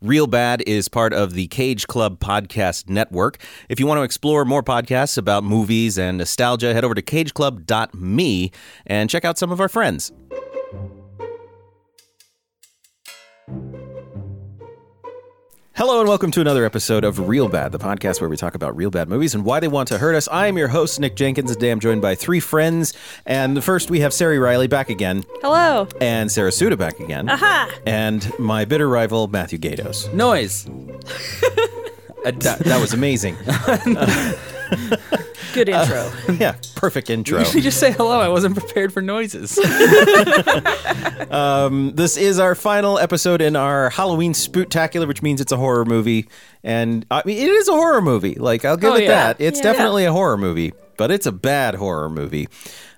Real Bad is part of the Cage Club Podcast Network. If you want to explore more podcasts about movies and nostalgia, head over to cageclub.me and check out some of our friends. Hello and welcome to another episode of Real Bad, the podcast where we talk about real bad movies and why they want to hurt us. I am your host, Nick Jenkins. Today I'm joined by three friends. And the first, we have Sari Riley back again, Hello. and Sarah Suda back again, Aha. and my bitter rival, Matthew Gatos. Noise. A du- That was amazing. Good intro. Uh, yeah, perfect intro. you just say hello. I wasn't prepared for noises. This is our final episode in our Halloween Spooktacular, which means it's a horror movie. And I mean, it is a horror movie. Like, I'll give Oh, it yeah. that. It's Yeah. definitely a horror movie, but it's a bad horror movie.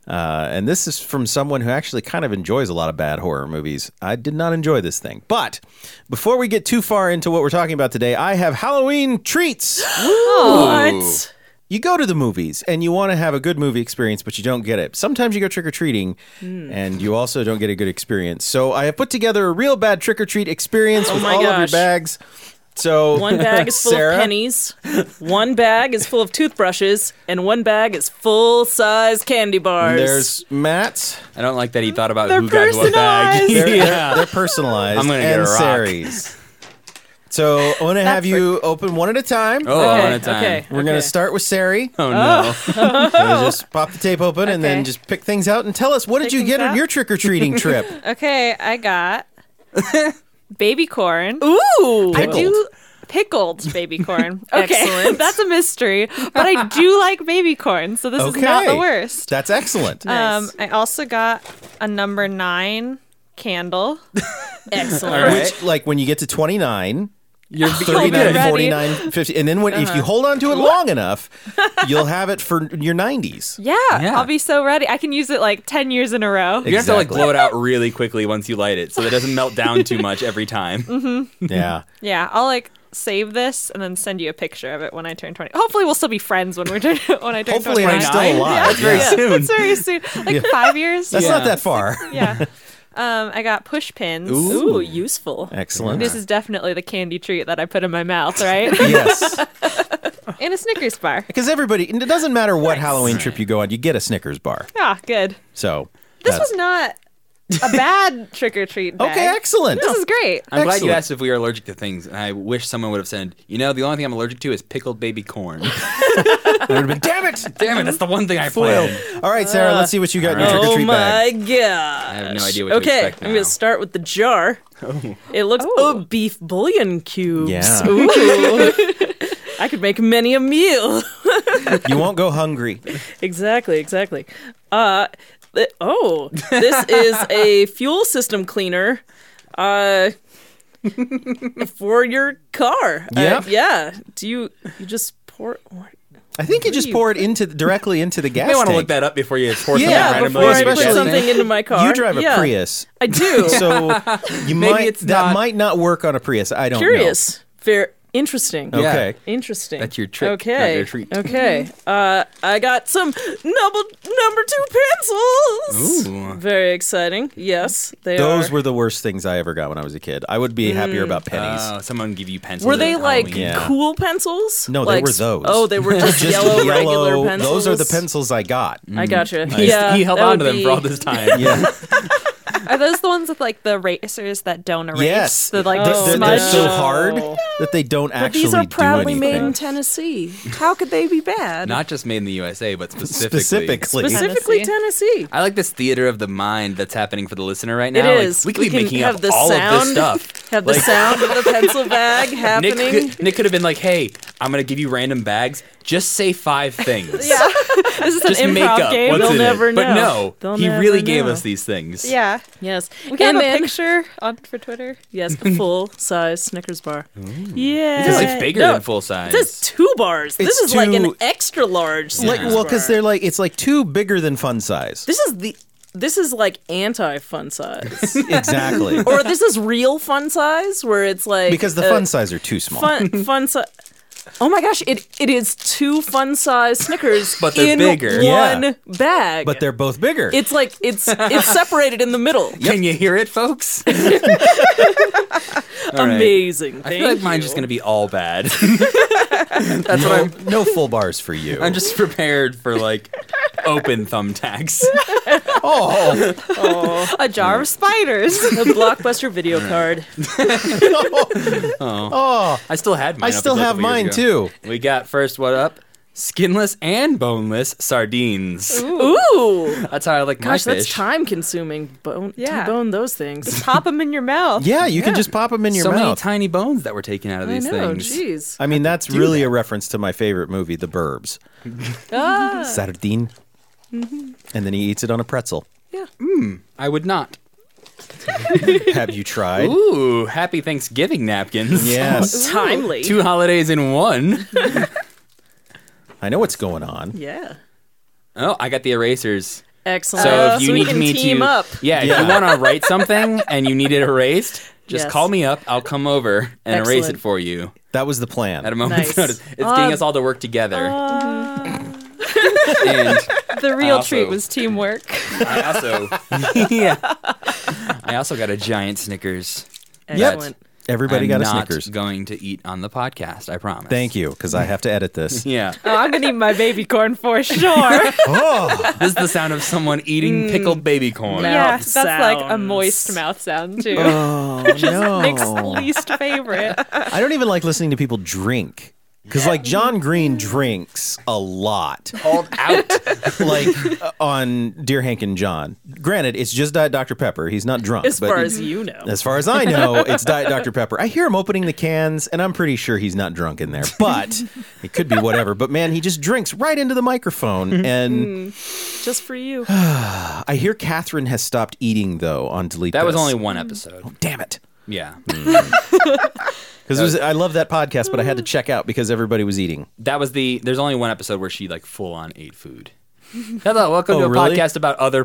Uh, and this is from someone who actually kind of enjoys a lot of bad horror movies. I did not enjoy this thing. But before we get too far into what we're talking about today, I have Halloween treats. what? you go to the movies and you want to have a good movie experience, but you don't get it. Sometimes you go trick or treating Hmm. and you also don't get a good experience. So I have put together a real bad trick or treat experience with Oh my all of your gosh. bags. So One bag is full Sarah, of pennies. One bag is full of toothbrushes, and one bag is full size candy bars. There's Matt's. I don't like that he thought about They're who got what bag. personalized. They're, they're- yeah. they're personalized. I'm gonna get and a rock. Sarah's. So I want to have you open one at a time. Oh, okay, one at a time. Okay, We're gonna okay. start with Sari. Oh no. We'll Just pop the tape open and then Okay. just pick things out and tell us what did Pick you things get on out? your trick or treating trip. Okay, I got baby corn. Ooh. I Pickled. do pickled baby corn. Okay, Excellent. that's a mystery, but I do like baby corn, so this is not the Okay. worst. That's excellent. Um, I also got a number nine candle. Excellent. All right. Which, like, when you get to 29, You're becoming 39, Already. good. 49, 50, and then when, Uh-huh. if you hold on to it long enough, you'll have it for your 90s. Yeah, Yeah. I'll be so ready. I can use it like ten years in a row. You have to like Exactly. blow it out really quickly once you light it, so that it doesn't melt down too much every time. Yeah. Yeah, I'll like save this and then send you a picture of it when I turn twenty. Hopefully, we'll still be friends when we turn when I turn Hopefully, I'm twenty. still 29. alive. That's very Yeah. soon. That's very soon, like five years. That's Yeah. not that far. yeah. Um, I got push pins. Ooh, useful. Excellent. This is definitely the candy treat that I put in my mouth, right? yes. and a Snickers bar. Because everybody, and it doesn't matter what Halloween trip you go on, you get a Snickers bar. Ah, good. So, This that's- was not a bad trick or treat. Okay, excellent. This is great. I'm glad you Excellent. asked if we are allergic to things, and I wish someone would have said, "You know, the only thing I'm allergic to is pickled baby corn." Damn it. Damn it, that's the one thing I planned. All right, Sarah, let's see what you got in your trick or Oh treat my bag. god. I have no idea what to Okay, expect I'm gonna now. start with the jar. It looks oh. beef bouillon cubes. Yeah. Ooh. I could make many a meal. You won't go hungry. Exactly, exactly. Uh, th- oh, this is a fuel system cleaner uh, for your car. Uh, Yeah. yeah. Do you you just pour? Or, I think you just pour it into directly into the gas You may want to tank. look that up before you pour something Yeah, yeah, randomly before in I your put especially- gas something into my car. You drive a Yeah, Prius. I do. So you might it's that not- might not work on a Prius. I don't Curious. Very interesting. know. Yeah. Okay. Interesting. That's your trick, not Okay. your treat. Okay. Uh, I got some number number two pencils. Ooh. Very exciting. Yes, they Those are. were the worst things I ever got when I was a kid. I would be happier Mm. about pennies. Oh, someone give you pencils. Were at they like Halloween. Yeah. cool pencils? No, they Like, were those. Oh, they were just, yellow, regular pencils. Those are the pencils Mm. I got. I gotcha. He- Yeah, he held that on would to them be- for all this time. Yeah. Are those the ones with like the racers that don't erase? yes. Oh. The like they're, they're- they're smudge? so No. hard that they don't But actually these are proudly do made in anything. Tennessee. How could they be bad? Not just made in the USA, but specifically. Specifically. Specifically Tennessee. I like this theater of the mind that's happening for the listener right It now. Like, is. we could be can making have up the all sound, of this stuff. Have the Like- sound of the pencil bag Nick happening. could, Nick could have been like, "Hey, I'm gonna give you random bags. Just say five things. yeah, This is just an make improv up game. what's They'll in it." never But know. no, They'll he never really gave know. us these things. yeah. Yes. We can and have then, a picture on for Twitter. Yes, a full size Snickers bar. Yeah. because it's bigger No, than full size. It says two bars. It's this is like an two- extra large. Like, Snickers well, because bar. they're like it's like two bigger than fun size. This is the. This is like anti fun size, exactly. or this is real fun size, where it's like because the uh, fun size are too small. fun fun size. Oh my gosh, it it is two fun size Snickers But they're in bigger. Yeah. one bag. But they're both bigger. it's like it's it's separated in the middle. Can you hear it, folks? All right. Amazing. I feel like mine's just gonna be all bad. That's what no, I'm. no full bars for you. I'm just prepared for like open thumbtacks. oh, A jar of spiders. a blockbuster video card. oh, I still had mine. I up still until a have couple years mine ago. too. We got first what up? Skinless and boneless sardines. Ooh, That's how I like gosh, my that's fish. time consuming. Bone, Yeah. bone those things. Pop them in your mouth. Yeah, you can just pop them in your so many mouth. tiny bones that were taken out of I these know. things. Jeez. I mean, that's really a reference to my favorite movie, The Burbs. Sardine. And then he eats it on a pretzel. I would not. Have you tried? Ooh, happy Thanksgiving napkins. Yes. Timely. Two holidays in one. I know what's going on. yeah. Oh, I got the erasers. So Excellent. if you Uh, so we need can me team to up. Yeah, if Yeah. you want to write something and you need it erased, just Yes. call me up. I'll come over and erase Excellent. it for you That was the plan. at a moment's Nice. notice. It's getting us all to work together. and The real Also- treat was teamwork. I also Yeah. I also got a giant Snickers. Excellent. Everybody I'm got a not Snickers. going to eat on the podcast, I promise. Thank you, because I have to edit this. Yeah. Oh, I'm gonna eat my baby corn for sure. oh, This is the sound of someone eating pickled baby corn. Mouth yeah, that's like a sounds. moist mouth sound too. Nick's no. least favorite. I don't even like listening to people drink. Because, like, John Green drinks a lot. Called out. like uh, on Dear Hank and John. Granted, it's just Diet Dr Pepper. He's not drunk. As but far as you know. as far as I know, it's Diet Dr Pepper. I hear him opening the cans, and I'm pretty sure he's not drunk in there. But it could be whatever. But man, he just drinks right into the microphone. And Just for you. I hear Catherine has stopped eating though on delete. That was This. only one episode. damn it. Yeah. Mm. Because I love that podcast, but I had to check out because everybody was eating. That was the there's only one episode where she like full on ate food. Hello, welcome Oh, to a really? podcast about other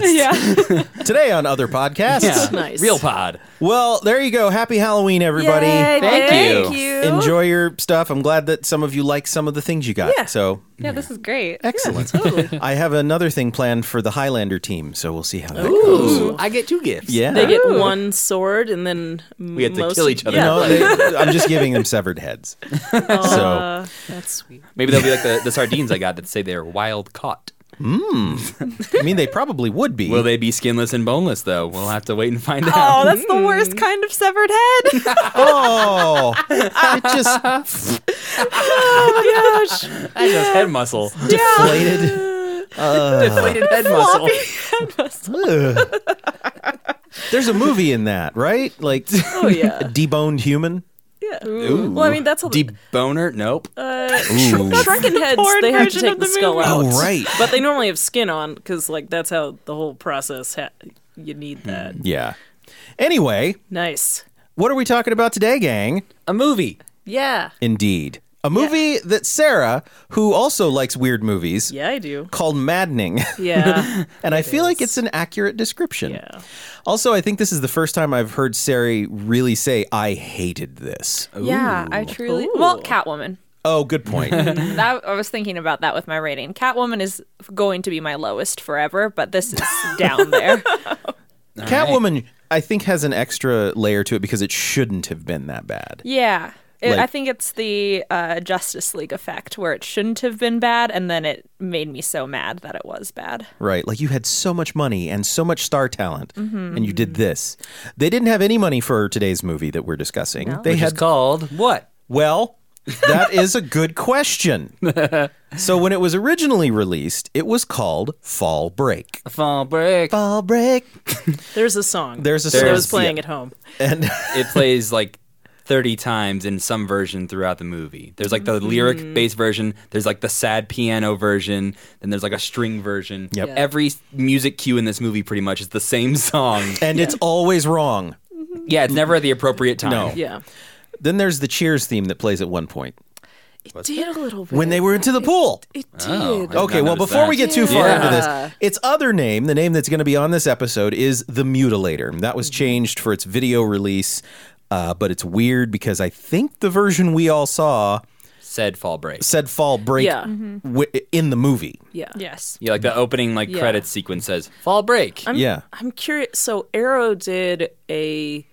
Yeah. Today on other podcasts. Yeah. Nice. Real pod. Well, there you go. Happy Halloween, everybody. Thank thank you. you. Enjoy your stuff. I'm glad that some of you like some of the things you got. Yeah. So Yeah, this is great. Excellent. totally. I have another thing planned for the Highlander team, so we'll see how that goes. Ooh, I get two gifts. Yeah. They get one sword and then We had to most- kill each other. Yeah. No, they- I'm just giving them severed heads. So Uh, that's sweet. Maybe they'll be like the, the sardines I got that say they're wild caught. I mean, they probably would be. Will they be skinless and boneless though? We'll have to wait and find out. Oh, that's the Mm. worst kind of severed head. Oh, it just oh my gosh. I just head muscle. deflated. Deflated head muscle. Ugh. There's a movie in that, right? Like Oh yeah. deboned human. yeah. Well, I mean that's all. the Deboner? Nope. uh, Ooh. shrunken heads. porn They have to version take of the the skull movie. out. Oh, right. But they normally have skin on because like that's how the whole process. Ha- you need that. Yeah. Anyway, Nice. what are we talking about today, gang? A movie. Yeah. Indeed. A movie that Sarah, who also likes weird movies, Yeah, I do. called Maddening. Yeah. And I feel like it's an accurate description. Yeah. Also, I think this is the first time I've heard Sari really say, I hated this. Yeah, I truly. Well, Ooh. Catwoman. Oh, good point. That I was thinking about that with my rating. Catwoman is going to be my lowest forever, but this is down there. Catwoman, I think, has an extra layer to it because it shouldn't have been that bad. Yeah. It, I Like- think it's the uh, Justice League effect where it shouldn't have been bad, and then it made me so mad that it was bad. Right. Like you had so much money and so much star talent, and you did this. They didn't have any money for today's movie that we're discussing. They Which had is called what? Well, that is a good question. so when it was originally released, it was called Fall Break. Fall break. Fall Break. There's a song. There's a that I song. was playing at home. And it plays like 30 times in some version throughout the movie. There's like Mm-hmm. the lyric based version, there's like the sad piano version, then there's like a string version. Yep. Yeah. Every music cue in this movie pretty much is the same song. and it's always wrong. yeah, it's never at the appropriate time. No. Yeah. Then there's the Cheers theme that plays at one point It did a little bit. when they were into the pool. it did. Oh, I- Okay, not well, noticed before that. we get too far Yeah. into this, its other name, the name that's going to be on this episode, is The Mutilator. That was changed for its video release, uh, but it's weird because I think the version we all saw said fall break. said fall break Yeah. wi- in the movie. Yeah. Yes. Yeah, like the opening like Yeah. credits sequence says fall break. I'm, Yeah. I'm curious. So Arrow did a,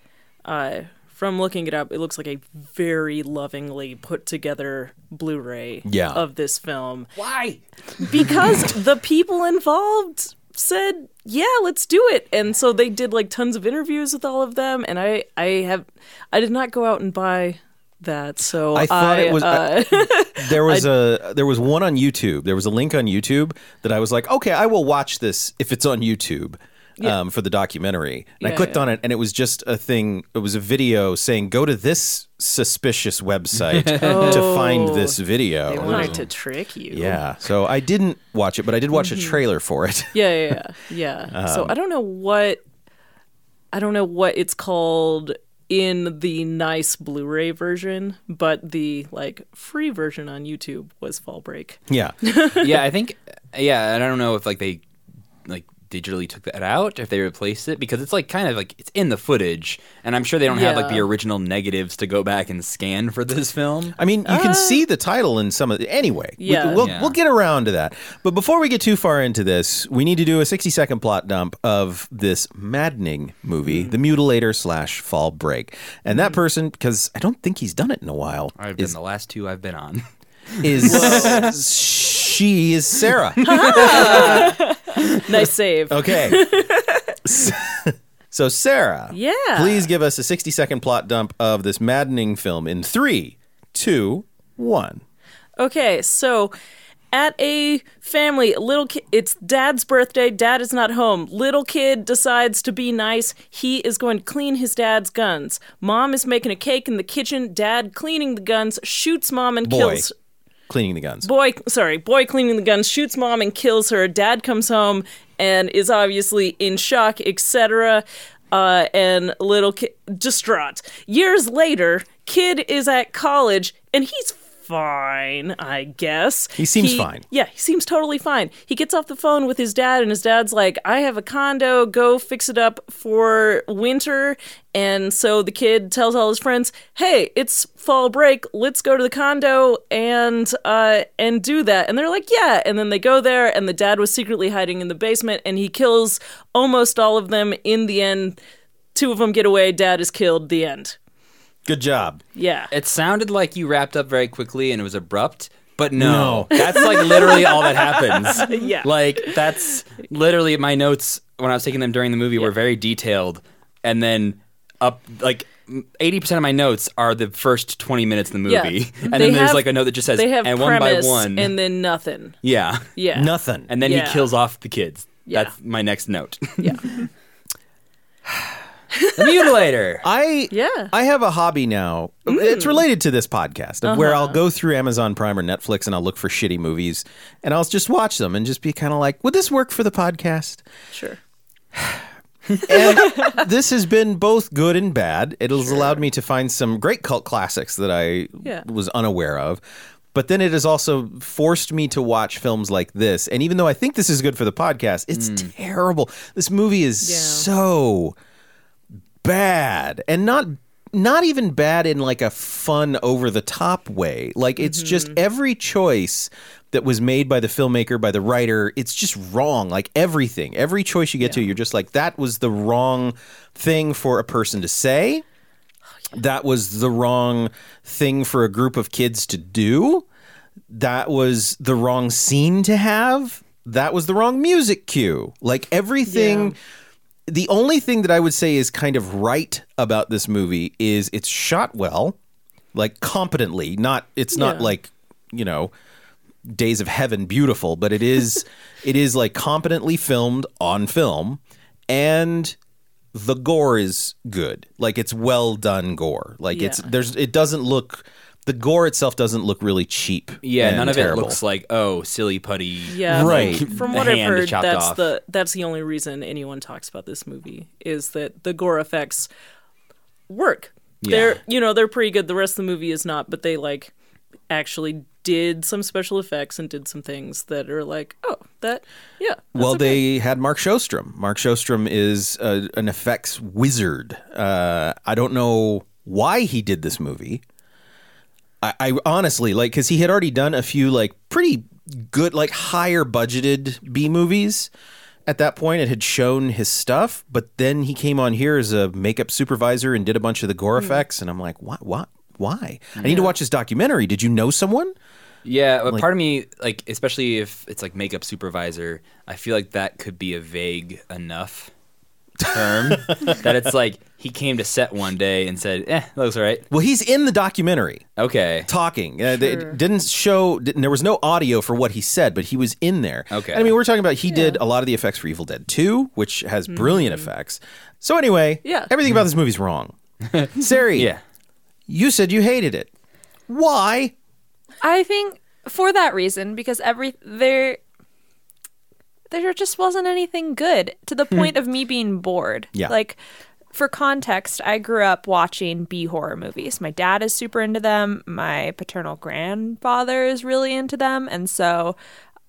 uh, from looking it up, it looks like a very lovingly put together Blu-ray Yeah. of this film Why? because the people involved said, "Yeah, let's do it." And so they did like tons of interviews with all of them. And I, I have, I did not go out and buy that. So I thought it was- uh, There was a there was one on YouTube. There was a link on YouTube that I was like, okay, I will watch this if it's on YouTube. Um, for the documentary, and I Yeah, clicked yeah. on it, and it was just a thing. It was a video saying, "Go to this suspicious website to find this video." Oh. they And I wanted was to trick you. Yeah. So I didn't watch it, but I did watch Mm-hmm. a trailer for it. Yeah, yeah, yeah. yeah. so Um, I don't know what I don't know what it's called in the nice Blu-ray version, but the like free version on YouTube was Fall Break. yeah. yeah, I think yeah, and I don't know if like they like digitally took that out, if they replaced it because it's like kind of like it's in the footage, and I'm sure they don't have like the Yeah. original negatives to go back and scan for this film. I mean, you can see the title in some of the. Anyway, we- Ah. Yeah. we'll, Yeah. we'll get around to that. But before we get too far into this, we need to do a 60 second plot dump of this maddening movie, Mm. The Mutilator slash Fall Break. And Mm. that person, because I don't think he's done it in a while, I've been is, the last two I've been on. is she is Sarah. Nice save. Okay. so, Sarah. Yeah. Please give us a 60 second plot dump of this maddening film in three, two, one. Okay, so at a family, little kid, it's dad's birthday. Dad is not home. Little kid decides to be nice. He is going to clean his dad's guns. Mom is making a cake in the kitchen. Dad cleaning the guns shoots mom and Boy. kills Cleaning the guns. boy sorry boy cleaning the gun shoots mom and kills her dad comes home and is obviously in shock etc uh, and little kid distraught years later kid is at college and he's fine i guess He seems fine. yeah he seems totally fine he gets off the phone with his dad and his dad's like i have a condo go fix it up for winter and so the kid tells all his friends hey it's fall break let's go to the condo and uh and do that and they're like yeah and then they go there and the dad was secretly hiding in the basement and he kills almost all of them in the end two of them get away dad is killed the end Good job. yeah It sounded like you wrapped up very quickly and it was abrupt, but no. That's like literally all that happens. Yeah. Like that's literally my notes when I was taking them during the movie were very detailed and then up like 80% of my notes are the first 20 minutes of the movie. Yeah. And They then there's have- like a note that just says they have and one by premise one. and then nothing yeah. yeah Nothing. And then Yeah. he kills off the kids. Yeah. That's my next note. Yeah. the mutilator. I Yeah. Mm. I have a hobby now. It's related to this podcast of where I'll Uh-huh. go through Amazon Prime or Netflix and I'll look for shitty movies and I'll just watch them and just be kind of like, would this work for the podcast? sure And this has been both good and bad. It has allowed me to find some great cult classics that I Yeah. was unaware of. But then it has also forced me to watch films like this. And even though I think this is good for the podcast, it's terrible. This movie is Mm. Yeah. so bad and not not even bad in like a fun over the top way like it's just every choice that was made by the filmmaker by the writer it's just wrong like everything every choice you get to you're just like that was the wrong thing for a person to say that was the wrong thing for a group of kids to do. That was the wrong scene to have. That was the wrong music cue. Like everything. The only thing that I would say is kind of right about this movie is it's shot well, like competently. Not it's not Yeah. like, you know, Days of Heaven beautiful, but it is it is like competently filmed on film and the gore is good. Like it's well done gore. Like it's Yeah. there's it doesn't look the gore itself doesn't look really cheap. Yeah, and none of terrible. it looks like oh, silly putty. Yeah, Right. From, from The what I've hand heard, chopped that's off. the that's the only reason anyone talks about this movie is that the gore effects work. They're you know they're pretty good. The rest of the movie is not, but they like actually did some special effects and did some things that are like oh that yeah that's Well, okay. they had Mark Shostrom. Mark Shostrom is uh an effects wizard. Uh, I don't know why he did this movie. I, I honestly like because he had already done a few like pretty good like higher budgeted B movies. At that point, it had shown his stuff, but then he came on here as a makeup supervisor and did a bunch of the Hmm. gore effects, and I'm like, what, what, why? I need to watch this documentary. Did you know someone? Yeah, but part of me, like, especially if it's like makeup supervisor, I feel like that could be a vague enough term that it's like he came to set one day and said, "Eh, that looks all right." Well, he's in the documentary. Okay, talking. Uh, they- It didn't show. Didn't, there was no audio for what he said, but he was in there. Okay. I mean, we're talking about he did a lot of the effects for Evil Dead Two, which has Hmm. brilliant effects. So anyway, Yeah. everything about this movie's wrong. Sari, yeah, you said you hated it. Why? I think for that reason, because every there there just wasn't anything good to the point of me being bored. Yeah. Like for context, I grew up watching B horror movies. My dad is super into them. My paternal grandfather is really into them, and so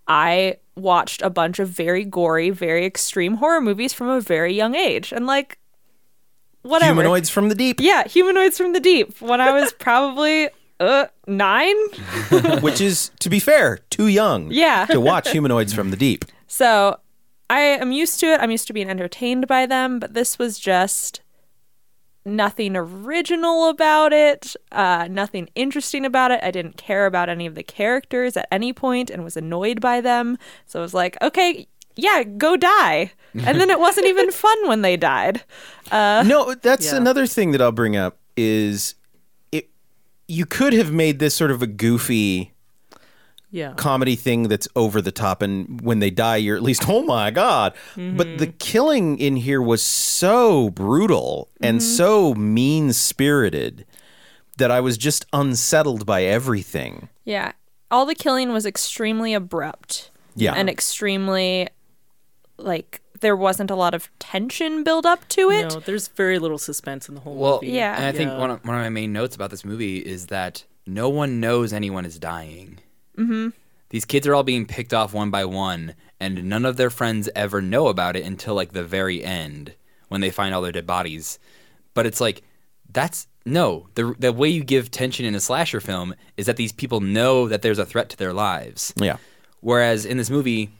I watched a bunch of very gory, very extreme horror movies from a very young age. And like whatever. Humanoids from the deep, Yeah, humanoids from the deep. When I was probably uh 9. which is, to be fair, too young. Yeah. To watch humanoids from the deep. So I am used to it. I'm used to being entertained by them, but this was just nothing original about it, uh, nothing interesting about it. I didn't care about any of the characters at any point and was annoyed by them. So I was like, okay, yeah, go die. And then it wasn't even fun when they died. Uh, no, that's another thing that I'll bring up is it. You could have made this sort of a goofy Yeah. comedy thing that's over the top and when they die you're at least oh my god but Mm-hmm. the killing in here was so brutal Mm-hmm. and so mean spirited that i was just unsettled by everything Yeah. All the killing was extremely abrupt. Yeah. And extremely, like, there wasn't a lot of tension build up to it. No, there's very little suspense in the whole well, movie. Yeah. And I think Yeah. one of, one of my main notes about this movie is that no one knows anyone is dying. Mm-hmm. These kids are all being picked off one by one, and none of their friends ever know about it until like the very end when they find all their dead bodies. But it's like that's no the the way you give tension in a slasher film is that these people know that there's a threat to their lives. yeah Whereas in this movie,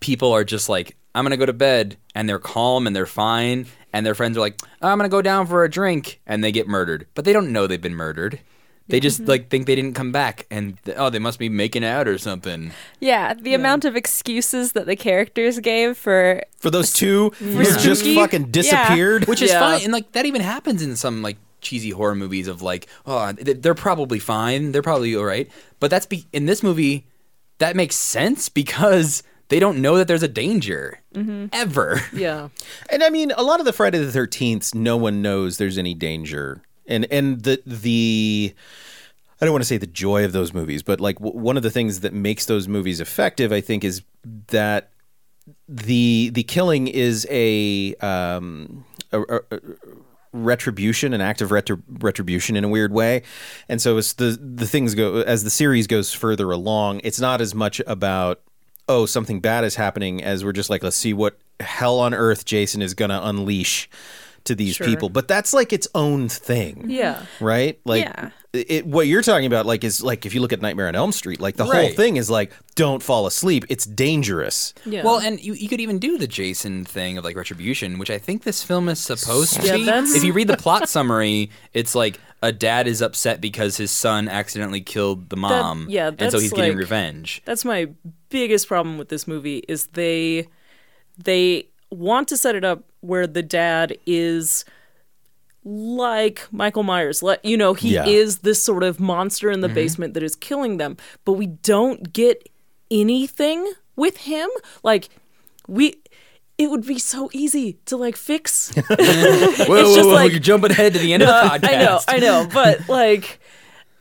people are just like, I'm gonna go to bed, and they're calm and they're fine, and their friends are like, I'm gonna go down for a drink, and they get murdered, but they don't know they've been murdered. They just like think they didn't come back, and th- oh, they must be making out or something. Yeah, the amount of excuses that the characters gave for for those two who just Spooky? fucking Yeah. disappeared which is Yeah. fine. And like that even happens in some like cheesy horror movies of like, oh, th- they're probably fine. They're probably all right. But that's be- in this movie, that makes sense because they don't know that there's a danger ever. Yeah. And I mean, a lot of the Friday the Thirteenth, no one knows there's any danger, and and the the. I don't want to say the joy of those movies, but like w- one of the things that makes those movies effective, I think, is that the the killing is a um, a, a- a retribution, an act of retri- retribution in a weird way, and so as the the things go as the series goes further along, it's not as much about oh something bad is happening as we're just like let's see what hell on earth Jason is gonna unleash to these people, but that's like its own thing Yeah. right? Like Yeah. it, what you're talking about, like is like if you look at Nightmare on Elm Street, like the whole Right. thing is like don't fall asleep. It's dangerous. Yeah. Well, and you, you could even do the Jason thing of like retribution, which I think this film is supposed to Yeah, be. that's- If you read the plot summary, it's like a dad is upset because his son accidentally killed the mom. yeah, and so that's he's getting like- revenge. that's my biggest problem with this movie is they they want to set it up where the dad is like Michael Myers, Like, you know, he Yeah. is this sort of monster in the basement that is killing them, but we don't get anything with him. Like we it would be so easy to like fix Whoa, It's whoa, just whoa, like- you're jumping ahead to the end Uh, of the podcast. I know, I know, but like,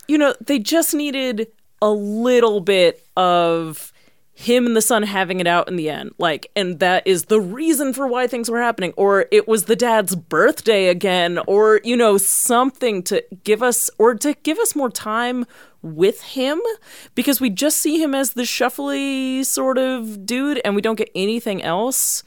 you know, they just needed a little bit of him and the son having it out in the end. Like, and that is the reason for why things were happening, or it was the dad's birthday again, or, you know, something to give us, or to give us more time with him because we just see him as the shuffly sort of dude and we don't get anything else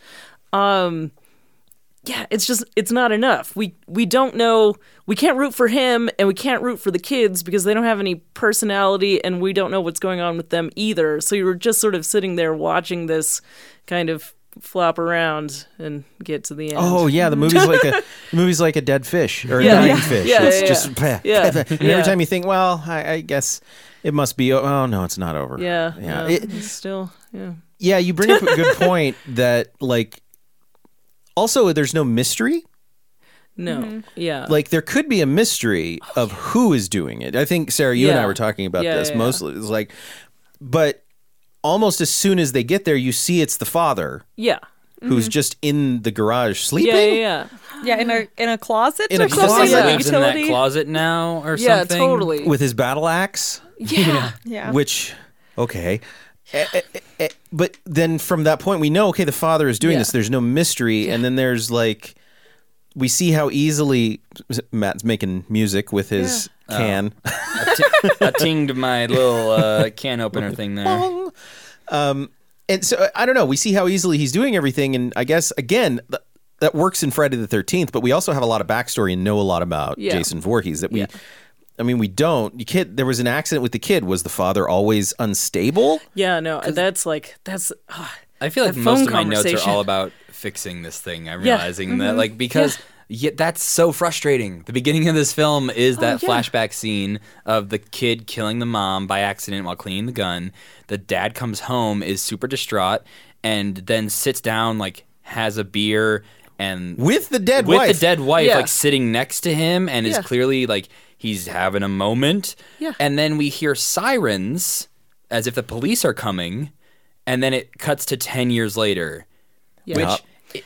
yeah, it's just it's not enough. We we don't know we can't root for him and we can't root for the kids because they don't have any personality and we don't know what's going on with them either. So you were just sort of sitting there watching this kind of flop around and get to the end. Oh yeah, the movie's like a the movie's like a dead fish or a Yeah. dying Yeah. fish. Yeah, it's yeah, just yeah. bleh, Yeah. bleh, bleh. And Yeah. every time you think, well, I, I guess it must be. o- Oh no, it's not over. Yeah. yeah. Yeah. It- it's still yeah. Yeah, you bring up a good point that like also there's no mystery. No. Yeah. Like there could be a mystery of who is doing it. I think Sarah, you and I Yeah. were talking about Yeah, this yeah, yeah. mostly. It's like but almost as soon as they get there, you see it's the father yeah. who's just in the garage sleeping. Mm-hmm. Yeah, yeah, Yeah, yeah. in a in a closet In or a something closet. like Lives lives in that utility. closet now or Yeah, something. totally. With his battle axe. yeah. Yeah. Which, okay. Eh, eh, eh, eh, But then from that point, we know, okay, the father is doing Yeah. this. There's no mystery. And then there's like, we see how easily Matt's making music with his can. I, t- I tinged my little uh, can opener thing there. and so I don't know. We see how easily he's doing everything. And I guess, again, th- that works in Friday the 13th, but we also have a lot of backstory and know a lot about Yeah. Jason Voorhees that we. I mean, we don't. You kid, there was an accident with the kid. Was the father always unstable? Yeah, no, that's like that's ah, I feel like That most phone of my notes are conversation. Mm-hmm. all about fixing this thing. I'm realizing that, like, because yeah. that's so frustrating. The beginning of this film is that Oh, yeah. flashback scene of the kid killing the mom by accident while cleaning the gun. The dad comes home, is super distraught, and then sits down, like, has a beer and With the dead with wife. the dead wife Yeah. like sitting next to him and Yeah. is clearly like he's having a moment Yeah. and then we hear sirens as if the police are coming and then it cuts to 10 years later Yeah. which i-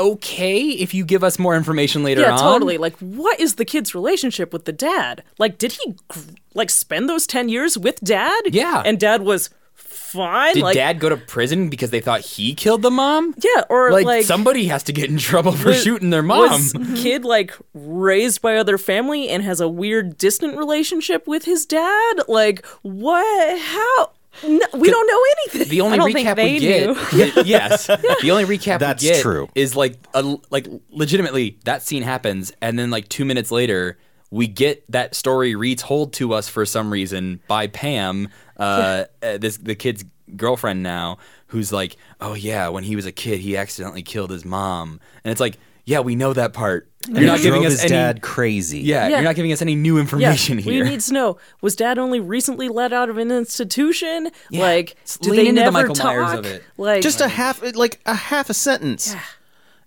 okay if you give us more information later yeah, on totally. Like, what is the kid's relationship with the dad? Like, did he gr- like spend those ten years with dad? Yeah. and dad was fine. did like, dad go to prison because they thought he killed the mom Yeah, or like, like, somebody has to get in trouble for was- shooting their mom was kid like raised by other family and has a weird distant relationship with his dad. Like, what? How? No, we don't know anything. the only I don't think recap we they get yes the only recap That's we get true. is like a, like legitimately that scene happens and then like 2 minutes later we get that story retold to us for some reason by Pam uh, uh this the kid's girlfriend now who's like oh yeah when he was a kid he accidentally killed his mom and it's like yeah we know that part you're It not drove giving us his any dad crazy. yeah, Yeah. you're not giving us any new Yeah, information we here need to know: was Dad only recently let out of an institution? Like, It's did lean they into the never Michael talk? Myers of it. Like, just a half like a half a sentence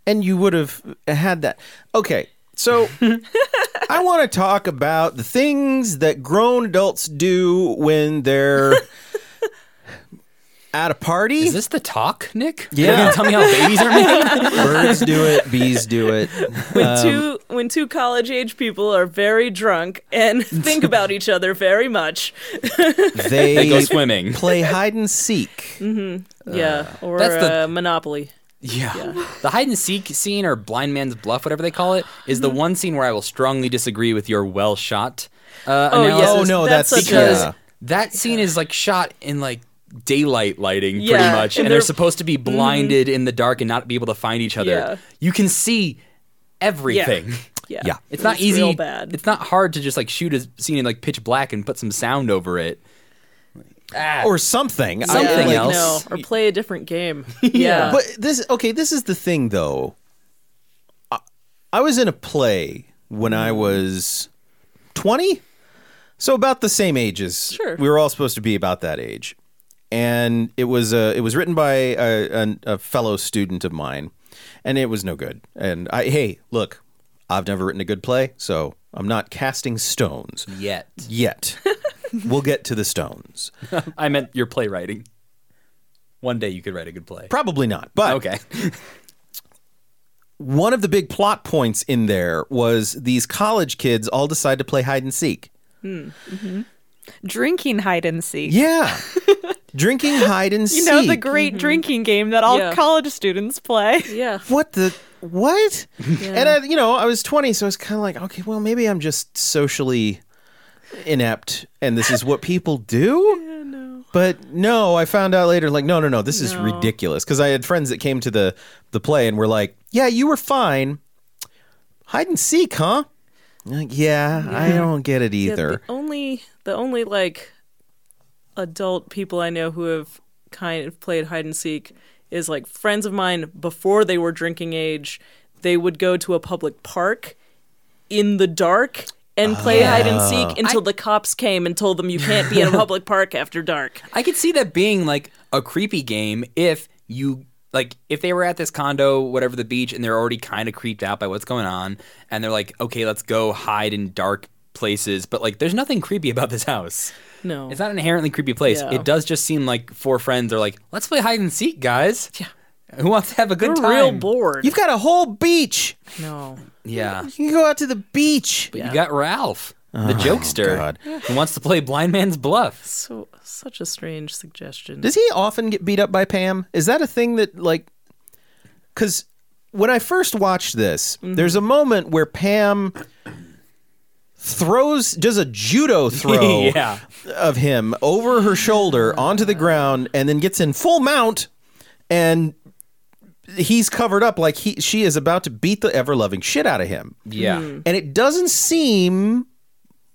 and you would have had that okay so i want to talk about the things that grown adults do when they're at a party is this the talk nick Yeah. You're gonna tell me how babies are made birds do it bees do it when two when two college age people are very drunk and think about each other very much. they, they go swimming play hide and seek Yeah, or that's the- uh, Monopoly. Yeah. The hide and seek scene or blind man's bluff, whatever they call it, is Mm-hmm. the one scene where I will strongly disagree with your well shot uh, Oh, yes. analysis. oh no that's, That's such a- Because yeah. that scene is like shot in like daylight lighting pretty Yeah, much. And, and they're, they're- Mm-hmm. supposed to be blinded in the dark and not be able to find each other. Yeah. You can see everything. Yeah, Yeah. It's not easy. Real bad. It's not hard to just like shoot a scene in like pitch black and put some sound over it. Ah, or something I- Something like, else. No, or play a different game. Yeah, But this okay, this is the thing though. I, I was in a play when I was 20. So about the same age as Sure. we were all supposed to be about that age. And it was uh, it was written by a, an- a fellow student of mine and it was no good. And I hey, look, I've never written a good play, so I'm not casting stones yet. yet. we'll get to the stones. I meant your playwriting. One day you could write a good play. Probably not. But Okay. one of the big plot points in there was these college kids all decide to play hide and seek. Drinking hide and seek. Yeah. Drinking hide and You seek. know the great drinking game that all Mm-hmm. Yeah. college students play. yeah. what the what? And I, you know, I was 20, so I was kind of like, okay, well, maybe I'm just socially inept and this is what people do. But no, I found out later, like, no, no, no, this is ridiculous. Because I had friends that came to the the play and were like, yeah, you were fine. Hide and seek, huh? Like, yeah, I don't get it Yeah, either. the only the only like adult people I know who have kind of played hide and seek is like friends of mine before they were drinking age. They would go to a public park in the dark and play hide and seek until the cops came and told them you can't be in a public park after dark. I could see that being like a creepy game if you like if they were at this condo, whatever the beach, and they're already kind of creeped out by what's going on, and they're like, okay, let's go hide in dark places. But like, there's nothing creepy about this house. No. It's not an inherently creepy place. Yeah. It does just seem like four friends are like, let's play hide and seek, guys. Yeah. Who wants to have a good We're time? real bored. You've got a whole beach. no. Yeah. You can go out to the beach. But you got Ralph, the jokester, Oh, God. who wants to play blind man's bluff. So such a strange suggestion. Does he often get beat up by Pam? Is that a thing that like cuz when I first watched this, Mm-hmm. there's a moment where Pam throws does a judo throw Yeah. of him over her shoulder onto the ground and then gets in full mount and he's covered up like he she is about to beat the ever loving shit out of him. Yeah. And it doesn't seem